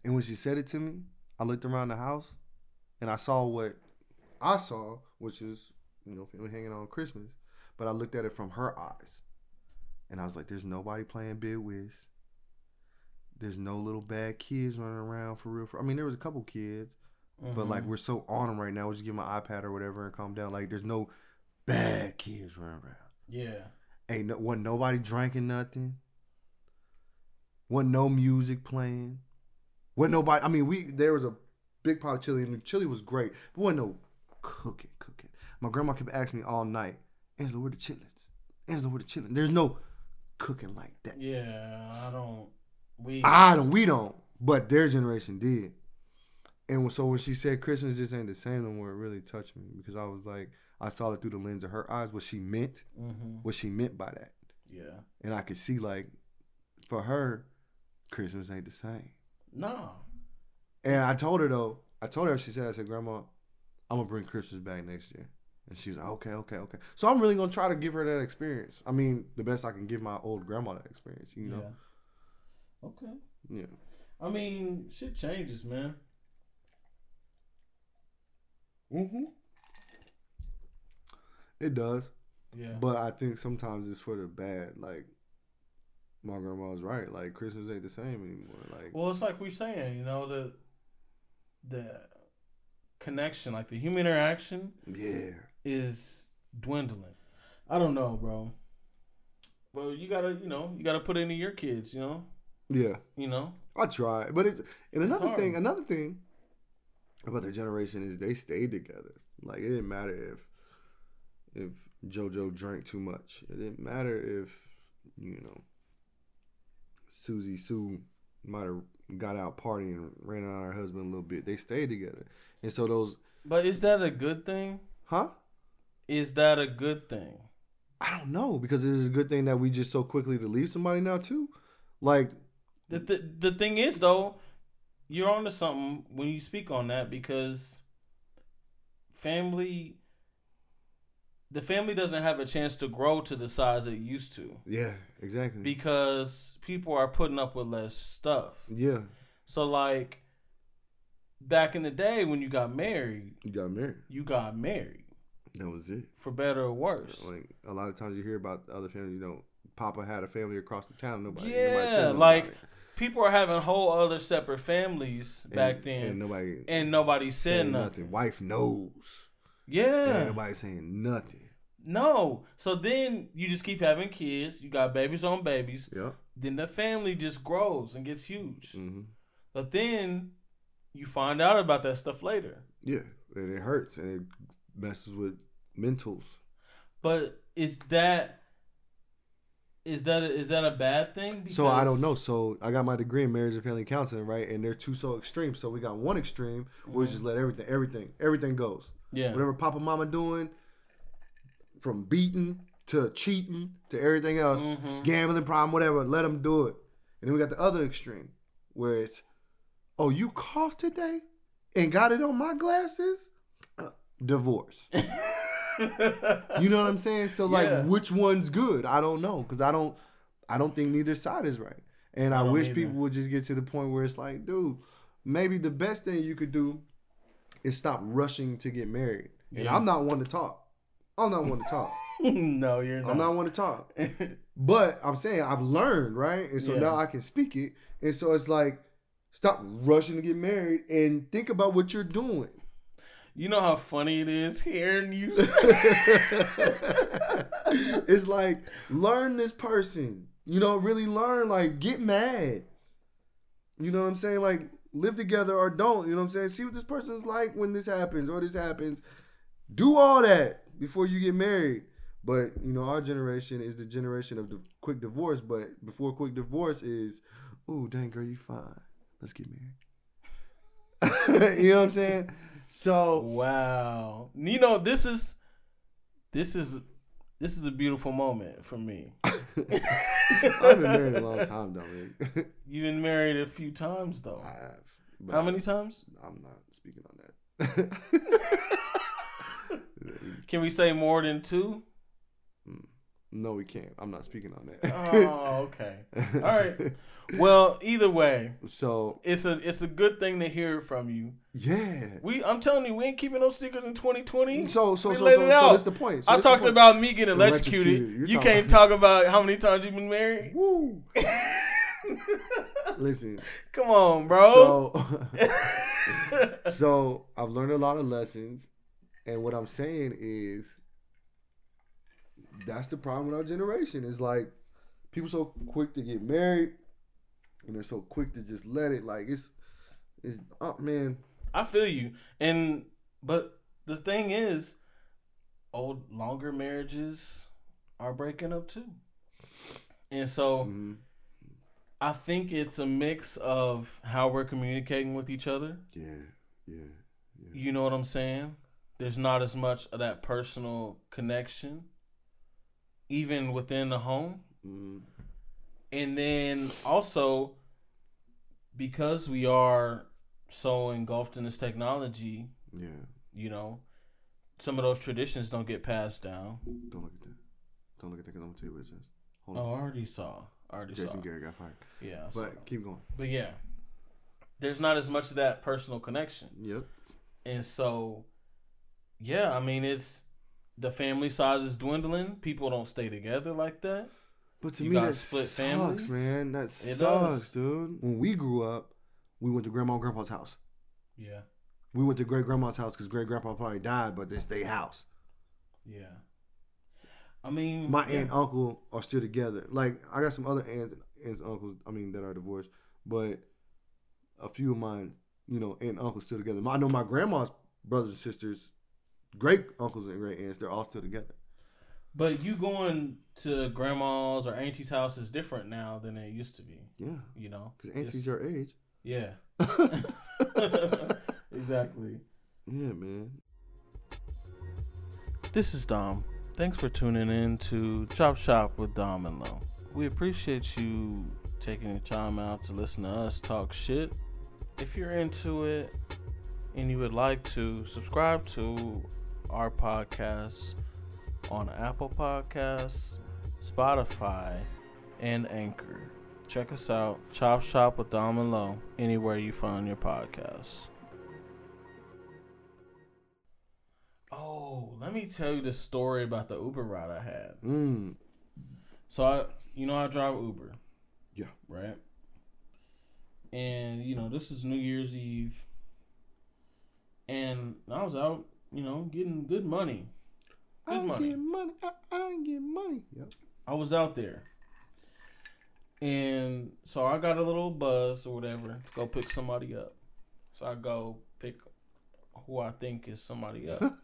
[SPEAKER 2] And when she said it to me, I looked around the house, and I saw what I saw, which is you know family hanging out on Christmas, but I looked at it from her eyes, and I was like, "There's nobody playing bid whiz." There's no little bad kids running around for real. For I mean, there was a couple kids, but
[SPEAKER 1] Mm-hmm.
[SPEAKER 2] like we're so on them right now. We just give them an iPad or whatever and calm down. Like there's no bad kids running around.
[SPEAKER 1] yeah,
[SPEAKER 2] Ain't no, wasn't nobody drinking nothing. Wasn't no music playing. Wasn't nobody. I mean, we there was a big pot of chili and the chili was great, but wasn't no cooking, cooking. My grandma kept asking me all night, Angela, where the chitlins? Angela, where the chitlins? There's no cooking like that.
[SPEAKER 1] yeah. I don't. We.
[SPEAKER 2] I don't. We don't. But their generation did. And so when she said Christmas just ain't the same no more, it really touched me because I was like, I saw it through the lens of her eyes, what she meant,
[SPEAKER 1] hmm
[SPEAKER 2] what she meant by that.
[SPEAKER 1] Yeah.
[SPEAKER 2] And I could see, like, for her, Christmas ain't the same.
[SPEAKER 1] No.
[SPEAKER 2] And I told her, though, I told her, she said, I said, Grandma, I'm going to bring Christmas back next year. And she was like, okay, okay, okay. So I'm really going to try to give her that experience. I mean, the best I can give my old grandma that experience, you know?
[SPEAKER 1] Yeah. Okay.
[SPEAKER 2] Yeah.
[SPEAKER 1] I mean, shit changes, man.
[SPEAKER 2] Mm-hmm. It does,
[SPEAKER 1] Yeah.
[SPEAKER 2] but I think sometimes it's for the bad. Like my grandma was right. Like Christmas ain't the same anymore. Like
[SPEAKER 1] Well, it's like we're saying, you know, the the connection, like the human interaction,
[SPEAKER 2] yeah,
[SPEAKER 1] is dwindling. I don't know, bro. Well, you gotta, you know, you gotta put into your kids, you know,
[SPEAKER 2] yeah.
[SPEAKER 1] you know.
[SPEAKER 2] I try, but it's and another
[SPEAKER 1] hard.
[SPEAKER 2] thing. Another thing about their generation is they stayed together. Like it didn't matter if if JoJo drank too much. It didn't matter if you know Susie Sue might have got out partying and ran on her husband a little bit. They stayed together, and so those
[SPEAKER 1] But is that a good thing?
[SPEAKER 2] huh?
[SPEAKER 1] Is that a good thing?
[SPEAKER 2] I don't know because it is a good thing that we just so quickly to leave somebody now too. Like
[SPEAKER 1] The the, the thing is though, you're onto something when you speak on that because family the family doesn't have a chance to grow to the size it used to.
[SPEAKER 2] yeah, exactly.
[SPEAKER 1] because people are putting up with less stuff.
[SPEAKER 2] yeah,
[SPEAKER 1] So like back in the day when you got married,
[SPEAKER 2] you got married.
[SPEAKER 1] you got married
[SPEAKER 2] That was it.
[SPEAKER 1] for better or worse.
[SPEAKER 2] Like a lot of times you hear about the other families. You know, Papa had a family across the town. Nobody. nobody said
[SPEAKER 1] yeah,
[SPEAKER 2] nothing
[SPEAKER 1] like
[SPEAKER 2] about it.
[SPEAKER 1] people are having whole other separate families
[SPEAKER 2] And-
[SPEAKER 1] back then,
[SPEAKER 2] and
[SPEAKER 1] and,
[SPEAKER 2] nobody
[SPEAKER 1] nobody said
[SPEAKER 2] saying
[SPEAKER 1] nothing.
[SPEAKER 2] Wife knows. Yeah,
[SPEAKER 1] Yeah,
[SPEAKER 2] nobody saying nothing.
[SPEAKER 1] no. So then you just keep having kids. You got babies on babies.
[SPEAKER 2] Yeah.
[SPEAKER 1] Then the family just grows and gets huge.
[SPEAKER 2] hmm
[SPEAKER 1] But then you find out about that stuff later.
[SPEAKER 2] Yeah, and it hurts and it messes with mentals.
[SPEAKER 1] But is that is that is that a bad thing?
[SPEAKER 2] So I don't know. So I got my degree in marriage and family counseling, right? And they're two so extremes. So we got one extreme where we just let everything, everything, everything goes.
[SPEAKER 1] Mm-hmm. Yeah,
[SPEAKER 2] Whatever Papa Mama doing, from beating to cheating to everything else,
[SPEAKER 1] Mhm.
[SPEAKER 2] gambling problem, whatever, let them do it. And then we got the other extreme where it's, oh, you coughed today and got it on my glasses? Uh, divorce. You know what I'm saying?
[SPEAKER 1] (laughs)
[SPEAKER 2] So like,
[SPEAKER 1] Yeah.
[SPEAKER 2] which one's good? I don't know because I don't, I don't think neither side is right. And I,
[SPEAKER 1] don't
[SPEAKER 2] wish
[SPEAKER 1] either.
[SPEAKER 2] people would just get to the point where it's like, dude, maybe the best thing you could do is stop rushing to get married. And
[SPEAKER 1] Yeah.
[SPEAKER 2] I'm not one to talk. I'm not one to talk.
[SPEAKER 1] Mm-hmm. (laughs) no, you're not.
[SPEAKER 2] I'm not one to talk. But I'm saying I've learned, right? And so
[SPEAKER 1] Yeah.
[SPEAKER 2] now I can speak it. And so it's like, stop rushing to get married and think about what you're doing.
[SPEAKER 1] You know how funny it is (laughs) hearing you.
[SPEAKER 2] (laughs) it's like, learn this person. You know, really learn, like, get mad. You know what I'm saying? Like, live together or don't. You know what I'm saying? See what this person's like when this happens or this happens. Do all that before you get married. But you know, our generation is the generation of the quick divorce. But before quick divorce is, oh dang girl, you fine. Let's get married. (laughs) you know what I'm saying? So
[SPEAKER 1] wow. You know this is this is this is a beautiful moment for me.
[SPEAKER 2] I've been married a long time, (laughs) Dominic.
[SPEAKER 1] You've been married a few times though.
[SPEAKER 2] I have. But
[SPEAKER 1] How many times?
[SPEAKER 2] I'm not speaking on that.
[SPEAKER 1] Can we say more than two?
[SPEAKER 2] no, we can't. I'm not speaking on that. (laughs)
[SPEAKER 1] Oh, okay. All right. Well, either way,
[SPEAKER 2] So
[SPEAKER 1] it's a it's a good thing to hear it from you.
[SPEAKER 2] yeah.
[SPEAKER 1] We I'm telling you, we ain't keeping no secrets in 2020.
[SPEAKER 2] So so so
[SPEAKER 1] We
[SPEAKER 2] so,
[SPEAKER 1] laid it
[SPEAKER 2] so
[SPEAKER 1] out.
[SPEAKER 2] that's the point. So
[SPEAKER 1] I
[SPEAKER 2] that's the
[SPEAKER 1] talked
[SPEAKER 2] point.
[SPEAKER 1] about me getting
[SPEAKER 2] Electrocuted.
[SPEAKER 1] electrocuted.
[SPEAKER 2] You're
[SPEAKER 1] You
[SPEAKER 2] talking
[SPEAKER 1] can't talk about how many times you've been married.
[SPEAKER 2] Woo. (laughs) Listen,
[SPEAKER 1] Come on, bro.
[SPEAKER 2] So, (laughs)
[SPEAKER 1] (laughs)
[SPEAKER 2] so I've learned a lot of lessons, and what I'm saying is that's the problem with our generation. Is like people so quick to get married, and they're so quick to just let it. Like it's, it's oh man,
[SPEAKER 1] I feel you. And but the thing is, old longer marriages are breaking up too. And so
[SPEAKER 2] Mhm.
[SPEAKER 1] I think it's a mix of how we're communicating with each other.
[SPEAKER 2] yeah, yeah.
[SPEAKER 1] You know what I'm saying? There's not as much of that personal connection, even within the home.
[SPEAKER 2] Mhm.
[SPEAKER 1] And then also, because we are so engulfed in this technology,
[SPEAKER 2] Yeah,
[SPEAKER 1] you know, some of those traditions don't get passed down.
[SPEAKER 2] don't look at that. Don't look at that because I'm gonna tell you what it says. Hold
[SPEAKER 1] Oh,
[SPEAKER 2] on.
[SPEAKER 1] I already saw. I already saw.
[SPEAKER 2] Jason Gary got fired,
[SPEAKER 1] Yeah. I saw.
[SPEAKER 2] but keep going.
[SPEAKER 1] But yeah, there's not as much of that personal connection.
[SPEAKER 2] Yep.
[SPEAKER 1] And so, yeah, I mean, it's the family size is dwindling. People don't stay together like that.
[SPEAKER 2] But to
[SPEAKER 1] You
[SPEAKER 2] me,
[SPEAKER 1] got
[SPEAKER 2] that
[SPEAKER 1] split
[SPEAKER 2] sucks,
[SPEAKER 1] families?
[SPEAKER 2] man. That
[SPEAKER 1] does.
[SPEAKER 2] sucks, dude. When we grew up, we went to grandma and grandpa's house.
[SPEAKER 1] Yeah,
[SPEAKER 2] We went to great grandma's house because great grandpa probably died, but it's their house.
[SPEAKER 1] yeah. I mean,
[SPEAKER 2] My
[SPEAKER 1] yeah.
[SPEAKER 2] aunt and uncle are still together. Like I got some other aunts, aunts and uncles. I mean that are divorced, but a few of mine, you know, aunt and uncles still together. I know my grandma's brothers and sisters, great uncles and great aunts, they're all still together.
[SPEAKER 1] But you going to grandma's or auntie's house is different now than it used to be.
[SPEAKER 2] Yeah,
[SPEAKER 1] You know,
[SPEAKER 2] because
[SPEAKER 1] It's-
[SPEAKER 2] auntie's your age.
[SPEAKER 1] yeah,
[SPEAKER 2] (laughs)
[SPEAKER 1] (laughs) exactly.
[SPEAKER 2] Yeah, man.
[SPEAKER 1] This is Dom. Thanks for tuning in to Chop Shop with Dom and Lo. We appreciate you taking your time out to listen to us talk shit. If you're into it and you would like to, subscribe to our podcast on Apple Podcasts, Spotify, and Anchor. Check us out, Chop Shop with Dom and Lo, anywhere you find your podcasts. Oh, let me tell you the story about the Uber ride I had.
[SPEAKER 2] Mm.
[SPEAKER 1] So I, you know, I drive Uber.
[SPEAKER 2] Yeah.
[SPEAKER 1] Right. And you know, this is New Year's Eve, and I was out, you know, getting good money. Good
[SPEAKER 2] I
[SPEAKER 1] money.
[SPEAKER 2] get money. I, I get money. Yep.
[SPEAKER 1] I was out there, and so I got a little buzz or whatever to go pick somebody up. So I go pick who I think is somebody up.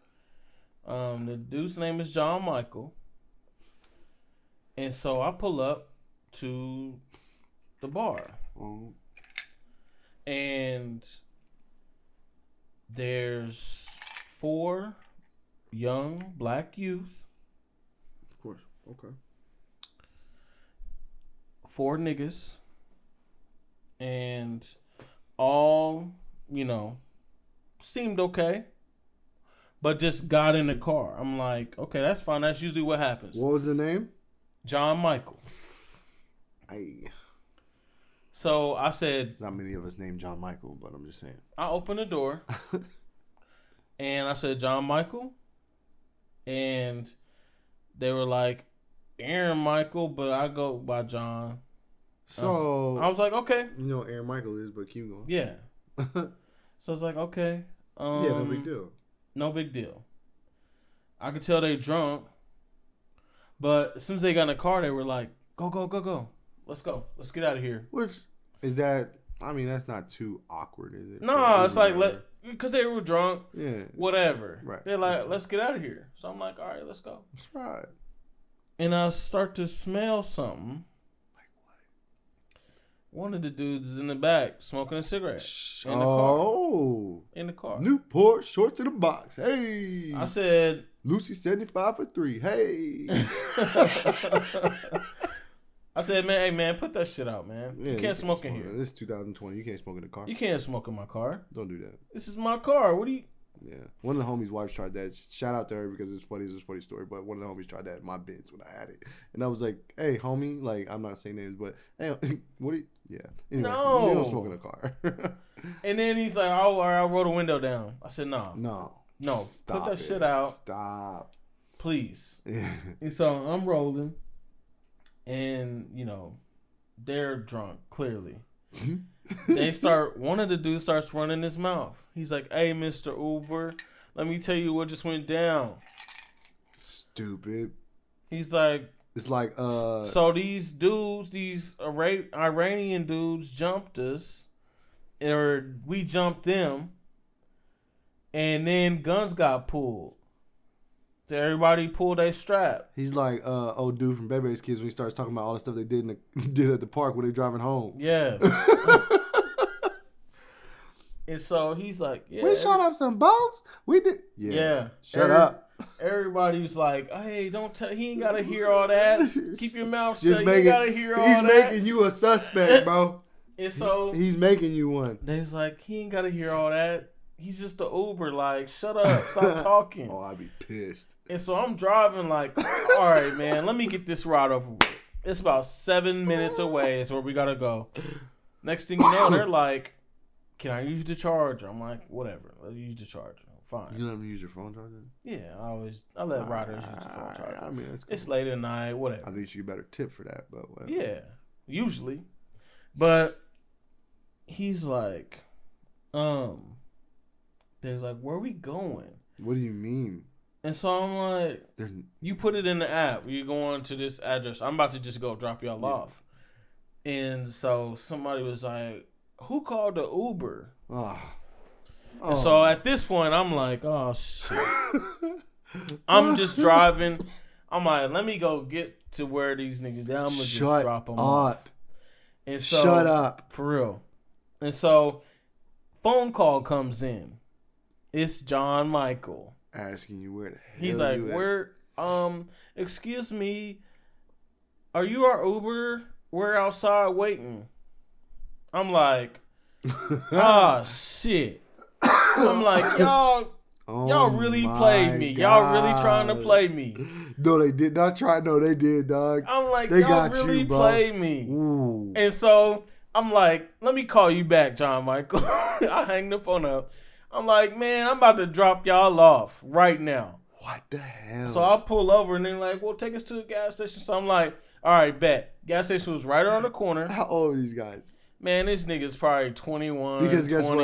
[SPEAKER 1] um, the dude's name is John Michael, and so I pull up to the bar.
[SPEAKER 2] Oh,
[SPEAKER 1] and there's four young black youth,
[SPEAKER 2] of course. Okay.
[SPEAKER 1] four niggas, and all, you know, seemed okay, but just got in the car. I'm like, okay, that's fine. That's usually what happens.
[SPEAKER 2] What was the name?
[SPEAKER 1] John Michael.
[SPEAKER 2] Hey,
[SPEAKER 1] So I said,
[SPEAKER 2] there's not many of us named John Michael, but I'm just saying.
[SPEAKER 1] I opened the door and I said, John Michael. And they were like, Aaron Michael, but I go by John.
[SPEAKER 2] So
[SPEAKER 1] I was like, okay,
[SPEAKER 2] you know Aaron Michael is, but keep going.
[SPEAKER 1] yeah.
[SPEAKER 2] (laughs) Yeah,
[SPEAKER 1] So I was like, okay, um,
[SPEAKER 2] no big deal.
[SPEAKER 1] No big deal. I could tell they drunk, but as soon as they got in the car, they were like, go, go, go, go. Let's go. Let's get out of here.
[SPEAKER 2] Which is that? I mean, that's not too awkward, is it?
[SPEAKER 1] No,
[SPEAKER 2] For
[SPEAKER 1] it's like let
[SPEAKER 2] everybody?
[SPEAKER 1] because they were drunk,
[SPEAKER 2] yeah,
[SPEAKER 1] whatever.
[SPEAKER 2] Right.
[SPEAKER 1] They're like, let's get out of here. So I'm like, all right, let's go.
[SPEAKER 2] that's right.
[SPEAKER 1] And I start to smell something. One of the dudes is in the back smoking a cigarette In the car.
[SPEAKER 2] Oh,
[SPEAKER 1] in the car.
[SPEAKER 2] Newport short to the box. Hey,
[SPEAKER 1] I said, (laughs)
[SPEAKER 2] Lucy seventy five for three. Hey,
[SPEAKER 1] I said, man, hey man, put that shit out, man.
[SPEAKER 2] Yeah,
[SPEAKER 1] you can't smoke in here.
[SPEAKER 2] This is 2020. You can't smoke in the car.
[SPEAKER 1] You can't smoke in my car.
[SPEAKER 2] Don't do that.
[SPEAKER 1] This is my car. What do you?
[SPEAKER 2] Yeah, one of the homies' wives tried that. Shout out to her because it's funny. It's a funny story. But one of the homies tried that at my bins when I had it, and I was like, "Hey, homie, like I'm not saying names, but hey, (laughs) what? Are you? Yeah, anyway,
[SPEAKER 1] No.
[SPEAKER 2] they don't smoke in the car. (laughs)
[SPEAKER 1] And then he's like, oh, all right, I roll the window down. I said, no,
[SPEAKER 2] no,
[SPEAKER 1] No, put
[SPEAKER 2] Stop
[SPEAKER 1] that shit out.
[SPEAKER 2] Stop. (laughs)
[SPEAKER 1] please.
[SPEAKER 2] Yeah,
[SPEAKER 1] And so I'm rolling, and you know, they're drunk clearly. they start one of the dudes starts running his mouth. He's like, "Hey, Mister Uber, let me tell you what just went down."
[SPEAKER 2] stupid.
[SPEAKER 1] He's like,
[SPEAKER 2] It's like uh,
[SPEAKER 1] "So these dudes, these Ira- Iranian dudes, jumped us, or we jumped them, and then guns got pulled. So everybody pulled their strap."
[SPEAKER 2] he's like uh, old dude from Bebe's Kids when he starts talking about all the stuff they did in the, (laughs) did at the park when they driving home.
[SPEAKER 1] Yes. and so he's like, yeah,
[SPEAKER 2] (laughs) We shot up some boats. We did. Yeah.
[SPEAKER 1] yeah.
[SPEAKER 2] Shut
[SPEAKER 1] Every-
[SPEAKER 2] up.
[SPEAKER 1] Everybody was like, hey, don't tell. He ain't gotta hear all that. Keep your mouth shut.
[SPEAKER 2] Just
[SPEAKER 1] You ain't
[SPEAKER 2] making.
[SPEAKER 1] gotta hear all
[SPEAKER 2] he's
[SPEAKER 1] that.
[SPEAKER 2] making you a
[SPEAKER 1] (laughs)
[SPEAKER 2] suspect, bro.
[SPEAKER 1] and so
[SPEAKER 2] He's making you one.
[SPEAKER 1] they's like, he ain't gotta hear all that. He's just the Uber. Like, shut up.
[SPEAKER 2] (laughs)
[SPEAKER 1] Stop talking.
[SPEAKER 2] Oh, I'd be pissed.
[SPEAKER 1] And so I'm driving like, all right, man, let me get this ride over with. It's about seven minutes away. Is where we gotta go. Next thing you know, they're like, "Can I use the charger?" I'm like, "Whatever, let's use the charger. Fine."
[SPEAKER 2] You Ah. let him use your phone charger?
[SPEAKER 1] Yeah, I always I let riders use the phone
[SPEAKER 2] Alright,
[SPEAKER 1] charger.
[SPEAKER 2] I mean, that's cool.
[SPEAKER 1] It's late at night,
[SPEAKER 2] I
[SPEAKER 1] whatever.
[SPEAKER 2] think you should get better tip for that, but whatever.
[SPEAKER 1] Yeah, usually, but he's like, um, there's like, where we going?
[SPEAKER 2] What do you mean?
[SPEAKER 1] And so I'm like,
[SPEAKER 2] They're,
[SPEAKER 1] you put it in the app. You're going to this address. I'm about to just go drop y'all off. And so somebody was like, "Who called the Uber?"
[SPEAKER 2] oh.
[SPEAKER 1] And so at this point, I'm like, "Oh
[SPEAKER 2] (laughs)
[SPEAKER 1] shit!" I'm just driving. I'm like, "Let me go get to where these niggas. Then I'm gonna
[SPEAKER 2] shut
[SPEAKER 1] just drop them
[SPEAKER 2] up.
[SPEAKER 1] off." And so,
[SPEAKER 2] shut up.
[SPEAKER 1] for real. And so, phone call comes in. It's John Michael.
[SPEAKER 2] Asking you where the
[SPEAKER 1] He's
[SPEAKER 2] hell
[SPEAKER 1] like,
[SPEAKER 2] you at.
[SPEAKER 1] "Where? Um, excuse me, are you our Uber? We're outside waiting." I'm
[SPEAKER 2] (laughs)
[SPEAKER 1] like, "Ah, shit." I'm
[SPEAKER 2] (laughs)
[SPEAKER 1] like, "Y'all,
[SPEAKER 2] Oh
[SPEAKER 1] y'all really
[SPEAKER 2] my
[SPEAKER 1] played me. Y'all really trying to
[SPEAKER 2] God.
[SPEAKER 1] play me."
[SPEAKER 2] No, they did not try. No, they did, dog.
[SPEAKER 1] I'm like,
[SPEAKER 2] They
[SPEAKER 1] "Y'all
[SPEAKER 2] got you,
[SPEAKER 1] really
[SPEAKER 2] bro.
[SPEAKER 1] played me."
[SPEAKER 2] Ooh.
[SPEAKER 1] And so I'm like, "Let me call you back, John Michael." (laughs) I hang the phone up. I'm like, "Man, I'm about to drop y'all off right now."
[SPEAKER 2] what the hell?
[SPEAKER 1] So I pull over and they're like, well, take us to the gas station. So I'm like, all right, bet. Gas station was right around the corner.
[SPEAKER 2] How old are these guys?
[SPEAKER 1] Man, this nigga's probably 21.
[SPEAKER 2] Because guess
[SPEAKER 1] 20.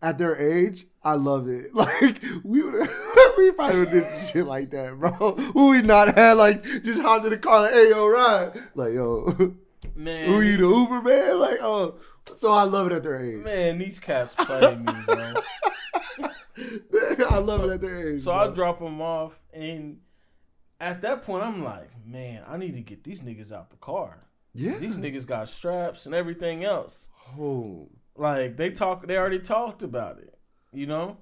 [SPEAKER 2] what? At their age, I love it. (laughs) Like we would, (laughs) we probably would do some shit like that, bro. (laughs) Who we not had like just hopped in the car like, hey, yo, ride. Like, yo, (laughs)
[SPEAKER 1] Man,
[SPEAKER 2] who you the Uber man? Like, oh, so I love it at their age.
[SPEAKER 1] man, these cats play me, bro.
[SPEAKER 2] (laughs) I love it at their age.
[SPEAKER 1] So I
[SPEAKER 2] bro.
[SPEAKER 1] drop them off. And at that point, I'm like, man, I need to get these niggas out the car.
[SPEAKER 2] yeah.
[SPEAKER 1] These niggas got straps and everything else.
[SPEAKER 2] Oh.
[SPEAKER 1] Like, they talk, they already talked about it, you know?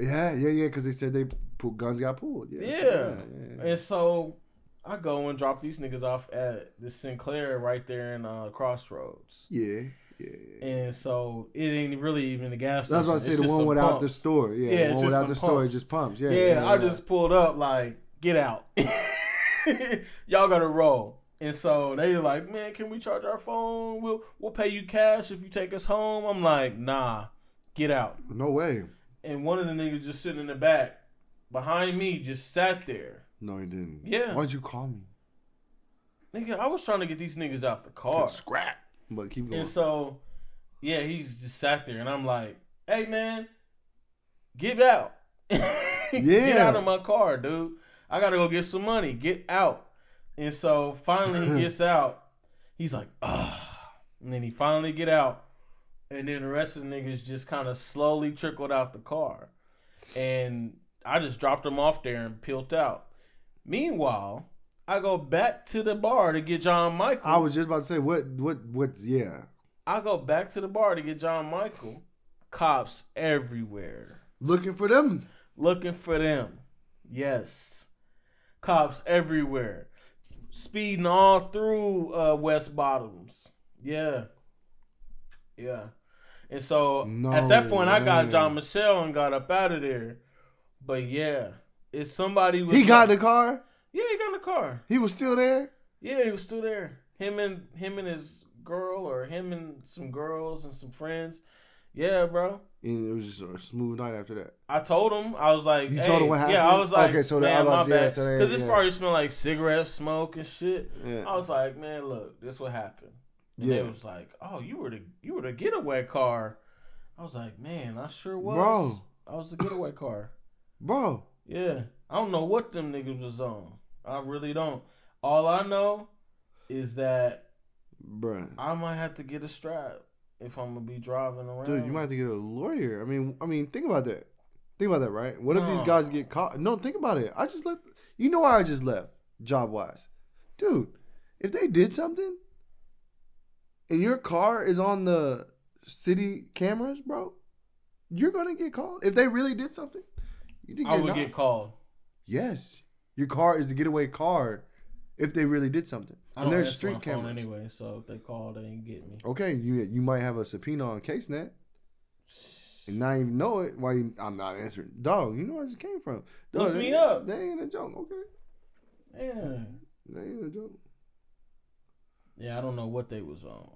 [SPEAKER 2] Yeah, yeah, yeah. Because they said they pull, guns got pulled. Yeah, so,
[SPEAKER 1] Yeah.
[SPEAKER 2] yeah, yeah.
[SPEAKER 1] And so I go and drop these niggas off at the Sinclair right there in uh, Crossroads.
[SPEAKER 2] yeah, yeah, yeah.
[SPEAKER 1] And so it ain't really even the gas station.
[SPEAKER 2] That's why I say
[SPEAKER 1] It's
[SPEAKER 2] the
[SPEAKER 1] just
[SPEAKER 2] one
[SPEAKER 1] some
[SPEAKER 2] without the
[SPEAKER 1] pumps.
[SPEAKER 2] store. Yeah,
[SPEAKER 1] Yeah,
[SPEAKER 2] the
[SPEAKER 1] it's
[SPEAKER 2] one
[SPEAKER 1] just
[SPEAKER 2] without
[SPEAKER 1] some
[SPEAKER 2] the store. It's
[SPEAKER 1] pumps.
[SPEAKER 2] just pumps. Yeah,
[SPEAKER 1] Yeah, I
[SPEAKER 2] yeah.
[SPEAKER 1] just pulled up like, get out. (laughs) Y'all gotta roll. And so they like, man, can we charge our phone? We'll we'll pay you cash if you take us home. I'm like, nah, get out.
[SPEAKER 2] No way.
[SPEAKER 1] And one of the niggas just sitting in the back behind me just sat there.
[SPEAKER 2] No, he didn't.
[SPEAKER 1] Yeah.
[SPEAKER 2] Why'd you call me?
[SPEAKER 1] Nigga, I was trying to get these niggas out the car.
[SPEAKER 2] Scrap. But keep going.
[SPEAKER 1] And so, yeah, he's just sat there, and I'm like, "Hey, man, get out! (laughs) get
[SPEAKER 2] Yeah.
[SPEAKER 1] out of my car, dude. I gotta go get some money. Get out!" And so finally
[SPEAKER 2] (laughs)
[SPEAKER 1] he gets out. He's like, "Ah!" And then he finally get out, and then the rest of the niggas just kind of slowly trickled out the car, and I just dropped them off there and peeled out. Meanwhile, I go back to the bar to get John Michael.
[SPEAKER 2] I was just about to say what what what's yeah.
[SPEAKER 1] I go back to the bar to get John Michael. Cops everywhere
[SPEAKER 2] Looking for them.
[SPEAKER 1] looking for them. Yes, cops everywhere, speeding all through uh, West Bottoms. Yeah, yeah. And so at that
[SPEAKER 2] No
[SPEAKER 1] point, I got
[SPEAKER 2] way.
[SPEAKER 1] John Michelle and got up out of there. But yeah, if somebody was
[SPEAKER 2] He got in
[SPEAKER 1] like-
[SPEAKER 2] the car.
[SPEAKER 1] yeah, he got in the car.
[SPEAKER 2] He was still there.
[SPEAKER 1] Yeah, he was still there. Him and him and his girl, or him and some girls and some friends. Yeah, bro.
[SPEAKER 2] And it was just a smooth night after that.
[SPEAKER 1] I told him. I was like,
[SPEAKER 2] You
[SPEAKER 1] hey.
[SPEAKER 2] told him what
[SPEAKER 1] Yeah, I
[SPEAKER 2] happened?
[SPEAKER 1] was like,
[SPEAKER 2] Okay, so that- I
[SPEAKER 1] man, my
[SPEAKER 2] was- yeah,
[SPEAKER 1] bad.
[SPEAKER 2] so that-
[SPEAKER 1] Because this
[SPEAKER 2] yeah.
[SPEAKER 1] probably smelled like cigarette smoke and shit.
[SPEAKER 2] Yeah.
[SPEAKER 1] I was like, man, look, this what happened. And
[SPEAKER 2] Yeah.
[SPEAKER 1] They was like, oh, you were the you were the getaway car. I was like, man, I sure was.
[SPEAKER 2] Bro.
[SPEAKER 1] I was the getaway car.
[SPEAKER 2] Bro.
[SPEAKER 1] Yeah, I don't know what them niggas was on. I really don't. All I know is that
[SPEAKER 2] Bruh.
[SPEAKER 1] I might have to get a strap if I'm gonna be driving around.
[SPEAKER 2] Dude, you might have to get a lawyer. I mean, I mean, think about that. Think about that, right? What if these
[SPEAKER 1] No.
[SPEAKER 2] guys get caught? No, think about it. I just left. You know why I just left, job wise, dude. If they did something, and your car is on the city cameras, bro, you're gonna get called. If they really did something, you think
[SPEAKER 1] I
[SPEAKER 2] you're
[SPEAKER 1] would
[SPEAKER 2] not?
[SPEAKER 1] get called.
[SPEAKER 2] yes, your car is the getaway car. If they really did something,
[SPEAKER 1] I don't
[SPEAKER 2] and there's
[SPEAKER 1] answer
[SPEAKER 2] street
[SPEAKER 1] my phone
[SPEAKER 2] cameras.
[SPEAKER 1] anyway, so if they call, they ain't get me.
[SPEAKER 2] Okay, you you might have a subpoena on CaseNet and not even know it. Why you, I'm not answering, dog? You know where this came from? Dog,
[SPEAKER 1] Look
[SPEAKER 2] they-
[SPEAKER 1] me up.
[SPEAKER 2] They ain't a joke. Okay,
[SPEAKER 1] Yeah.
[SPEAKER 2] they ain't a joke,
[SPEAKER 1] Yeah, I don't know what they was on.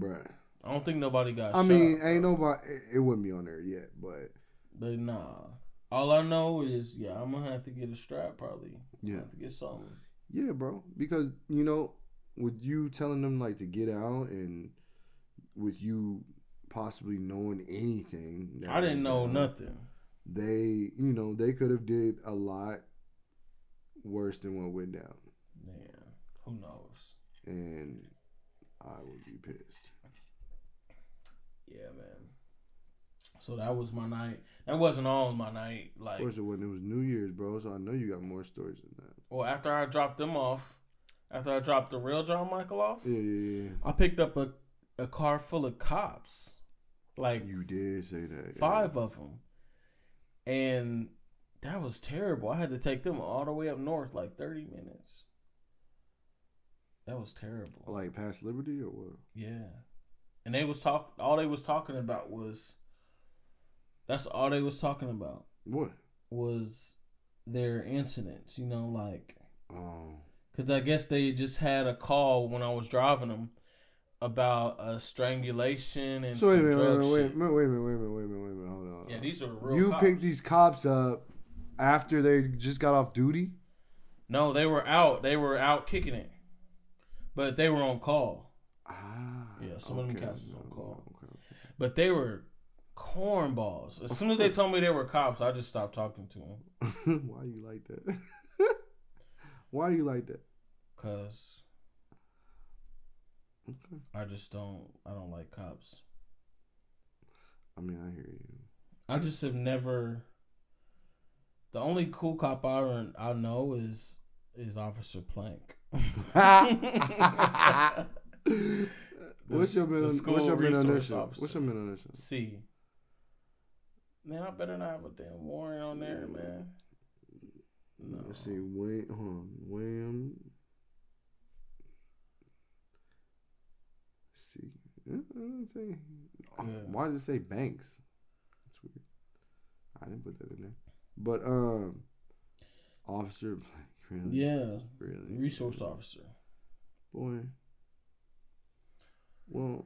[SPEAKER 2] bruh.
[SPEAKER 1] I don't think nobody got
[SPEAKER 2] I
[SPEAKER 1] shot.
[SPEAKER 2] mean, ain't nobody. It, it wouldn't be on there yet, but
[SPEAKER 1] But nah. All I know is, yeah, I'm gonna have to get a strap probably.
[SPEAKER 2] yeah,
[SPEAKER 1] Have to get something.
[SPEAKER 2] yeah, bro. Because you know, with you telling them like to get out, and with you possibly knowing anything, that
[SPEAKER 1] I didn't
[SPEAKER 2] went
[SPEAKER 1] know
[SPEAKER 2] down,
[SPEAKER 1] nothing.
[SPEAKER 2] They, you know, they could have did a lot worse than what went down.
[SPEAKER 1] Man, who knows?
[SPEAKER 2] and I would be pissed.
[SPEAKER 1] Yeah, man. So that was my night. That wasn't all my night.
[SPEAKER 2] Of
[SPEAKER 1] Like,
[SPEAKER 2] course, it wasn't. It was New Year's, bro. So I know you got more stories than that.
[SPEAKER 1] well, after I dropped them off, after I dropped the real John Michael off,
[SPEAKER 2] Yeah, yeah, yeah.
[SPEAKER 1] I picked up a, a car full of cops. Like,
[SPEAKER 2] You did say that. yeah.
[SPEAKER 1] five of them, and that was terrible. I had to take them all the way up north, like thirty minutes. That was terrible.
[SPEAKER 2] Like past Liberty or what?
[SPEAKER 1] yeah, and they was talk. All they was talking about was. That's all they was talking about
[SPEAKER 2] What?
[SPEAKER 1] was their incidents. You know, like
[SPEAKER 2] Um.
[SPEAKER 1] because I guess they just had a call when I was driving them about a strangulation and
[SPEAKER 2] So wait
[SPEAKER 1] some
[SPEAKER 2] a minute, wait
[SPEAKER 1] drug
[SPEAKER 2] a minute, wait a
[SPEAKER 1] shit.
[SPEAKER 2] minute, wait a minute, wait a minute, wait a minute, wait a minute. Hold on. hold
[SPEAKER 1] Yeah,
[SPEAKER 2] on.
[SPEAKER 1] these are real.
[SPEAKER 2] you
[SPEAKER 1] cops.
[SPEAKER 2] picked these cops up after they just got off duty.
[SPEAKER 1] No, they were out. They were out kicking it, but they were on call.
[SPEAKER 2] Ah.
[SPEAKER 1] Yeah, some of them cops is on
[SPEAKER 2] okay,
[SPEAKER 1] call.
[SPEAKER 2] okay, okay.
[SPEAKER 1] But they were cornballs. As soon as they told me they were cops, I just stopped talking to them.
[SPEAKER 2] (laughs) Why you like that? Why you like that?
[SPEAKER 1] Cause
[SPEAKER 2] Okay.
[SPEAKER 1] I just don't. I don't like cops.
[SPEAKER 2] I mean, I hear you.
[SPEAKER 1] I just have never. The only cool cop I run- I know is is Officer
[SPEAKER 2] (laughs)
[SPEAKER 1] Plank.
[SPEAKER 2] what's your
[SPEAKER 1] The
[SPEAKER 2] man?
[SPEAKER 1] school
[SPEAKER 2] What's your man
[SPEAKER 1] resource
[SPEAKER 2] on this? show?
[SPEAKER 1] officer.
[SPEAKER 2] What's your man on this? show?
[SPEAKER 1] See. Man, I better not have a damn warrant on there, man. No.
[SPEAKER 2] Let's see. Wham, hold on. Wham. see. Uh, I don't say- Oh,
[SPEAKER 1] Yeah.
[SPEAKER 2] Why does it say banks? That's weird. I didn't put that in there. But um, officer. (laughs) Really,
[SPEAKER 1] Yeah,
[SPEAKER 2] Really.
[SPEAKER 1] resource officer.
[SPEAKER 2] Boy. Well,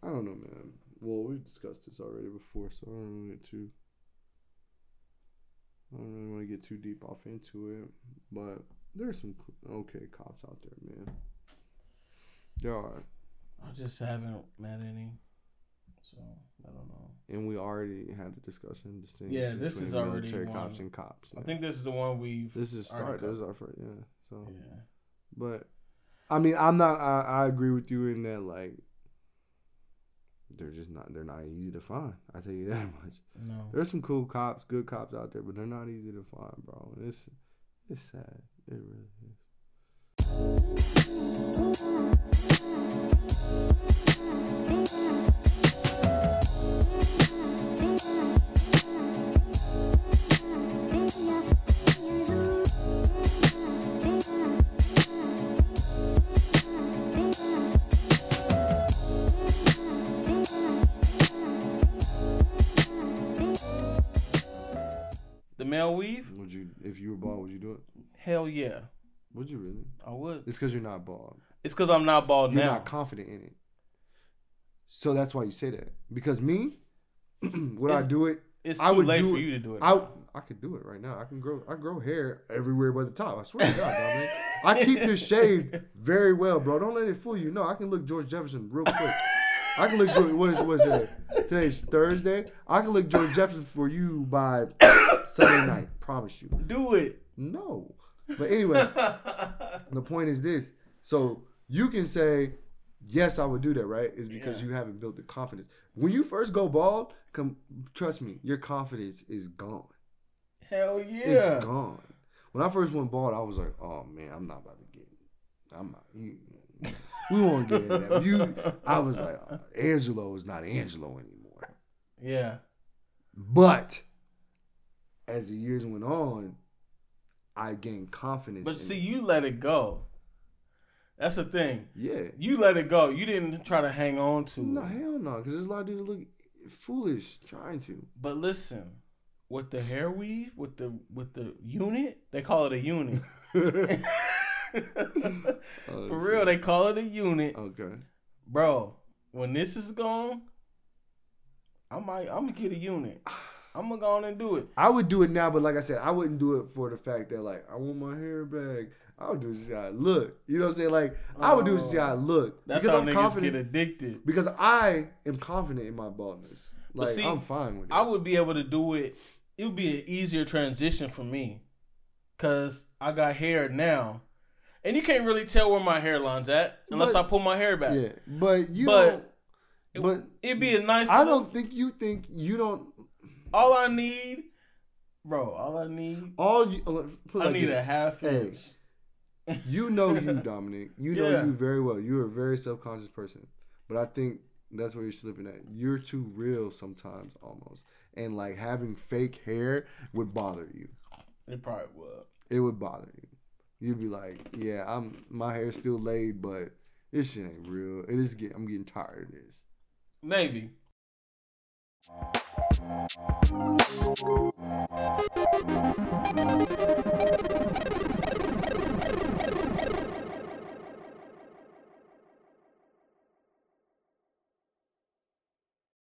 [SPEAKER 2] I don't know, man. Well, we discussed this already before, so I don't really want to. I don't really want to get too deep off into it, but there's some cl- okay cops out there, man. There are,
[SPEAKER 1] I just haven't met any. So I don't know.
[SPEAKER 2] and we already had a discussion. Distinction
[SPEAKER 1] Yeah, this
[SPEAKER 2] between
[SPEAKER 1] is already
[SPEAKER 2] military
[SPEAKER 1] one.
[SPEAKER 2] cops and cops.
[SPEAKER 1] I
[SPEAKER 2] yeah.
[SPEAKER 1] think this is the one we've.
[SPEAKER 2] this is
[SPEAKER 1] already
[SPEAKER 2] start. This is our first. Yeah. So,
[SPEAKER 1] covered.
[SPEAKER 2] but I mean, I'm not. I, I agree with you in that. Like, they're just not. They're not easy to find. I tell you (laughs) that much.
[SPEAKER 1] Yeah. No.
[SPEAKER 2] There's some cool cops, good cops out there, but they're not easy to find, bro. And it's it's sad. It really is.
[SPEAKER 1] The male weave?
[SPEAKER 2] Would you, if you were bald, would you do it?
[SPEAKER 1] Hell yeah,
[SPEAKER 2] Would you really?
[SPEAKER 1] I would.
[SPEAKER 2] It's because you're not bald.
[SPEAKER 1] It's because I'm not bald
[SPEAKER 2] You're
[SPEAKER 1] now.
[SPEAKER 2] not confident in it. So that's why you say that. Because me, (clears throat) would I
[SPEAKER 1] It's-
[SPEAKER 2] do it?
[SPEAKER 1] it's too
[SPEAKER 2] I would
[SPEAKER 1] late
[SPEAKER 2] do
[SPEAKER 1] for
[SPEAKER 2] it.
[SPEAKER 1] you to do it.
[SPEAKER 2] I
[SPEAKER 1] now.
[SPEAKER 2] I could do it right now. I can grow. I grow hair everywhere but the top. I swear to God, dog, man. I keep this shaved very well, bro. Don't let it fool you. No, I can look George Jefferson real quick. I can look. George- What is what is today? Today's Thursday. I can look George Jefferson for you by (coughs) Sunday night. Promise you.
[SPEAKER 1] do it.
[SPEAKER 2] No. But anyway, the point is this. So you can say, yes, I would do that, right? Is because you haven't built the confidence. When you first go bald, come trust me, your confidence is gone.
[SPEAKER 1] (laughs) Hell yeah.
[SPEAKER 2] It's gone. When I first went bald, I was like, oh man, I'm not about to get I'm not you, we won't get in that. You I was like, Angelo is not Angelo anymore.
[SPEAKER 1] Yeah.
[SPEAKER 2] But as the years went on, I gained confidence. in
[SPEAKER 1] But see,
[SPEAKER 2] it.
[SPEAKER 1] you let it go. That's the thing.
[SPEAKER 2] yeah,
[SPEAKER 1] You let it go. You didn't try to hang on to
[SPEAKER 2] No,
[SPEAKER 1] it.
[SPEAKER 2] hell no, because there's a lot of dudes that look foolish
[SPEAKER 1] (laughs)
[SPEAKER 2] trying to.
[SPEAKER 1] But listen, with the hair weave, with the with the unit, they call it a unit. (laughs)
[SPEAKER 2] Oh,
[SPEAKER 1] For real,
[SPEAKER 2] shit.
[SPEAKER 1] they call it a unit,
[SPEAKER 2] Okay.
[SPEAKER 1] bro. When this is gone, I might I'm gonna get a unit. I'm gonna go on and do it.
[SPEAKER 2] I would do it now, but like I said, I wouldn't do it for the fact that like I want my hair back. I would do it just how I look. You know what I'm saying? Like I would do it just how I look.
[SPEAKER 1] Oh. That's
[SPEAKER 2] because
[SPEAKER 1] how
[SPEAKER 2] I'm
[SPEAKER 1] niggas
[SPEAKER 2] confident
[SPEAKER 1] get addicted.
[SPEAKER 2] because I am confident in my baldness. Like
[SPEAKER 1] see,
[SPEAKER 2] I'm fine with it.
[SPEAKER 1] I would be able to do it. It would be an easier transition for me, cause I got hair now, and you can't really tell where my hairline's at unless
[SPEAKER 2] But-
[SPEAKER 1] I pull my hair back.
[SPEAKER 2] yeah, but you
[SPEAKER 1] But-
[SPEAKER 2] don't. But
[SPEAKER 1] It'd be a nice.
[SPEAKER 2] I don't think you think you don't.
[SPEAKER 1] All I need, bro. All I need.
[SPEAKER 2] All you put it
[SPEAKER 1] I
[SPEAKER 2] like
[SPEAKER 1] need
[SPEAKER 2] this.
[SPEAKER 1] a half
[SPEAKER 2] Hey.
[SPEAKER 1] inch.
[SPEAKER 2] You know you, Dominic. You know
[SPEAKER 1] Yeah.
[SPEAKER 2] you very well. You're a very self-conscious person, but I think that's where you're slipping at. You're too real sometimes, almost, and like having fake hair would bother you.
[SPEAKER 1] It probably would.
[SPEAKER 2] It would bother you. You'd be like, "Yeah, I'm my hair's still laid, but this shit ain't real. It is get, I'm getting tired of this."
[SPEAKER 1] Maybe.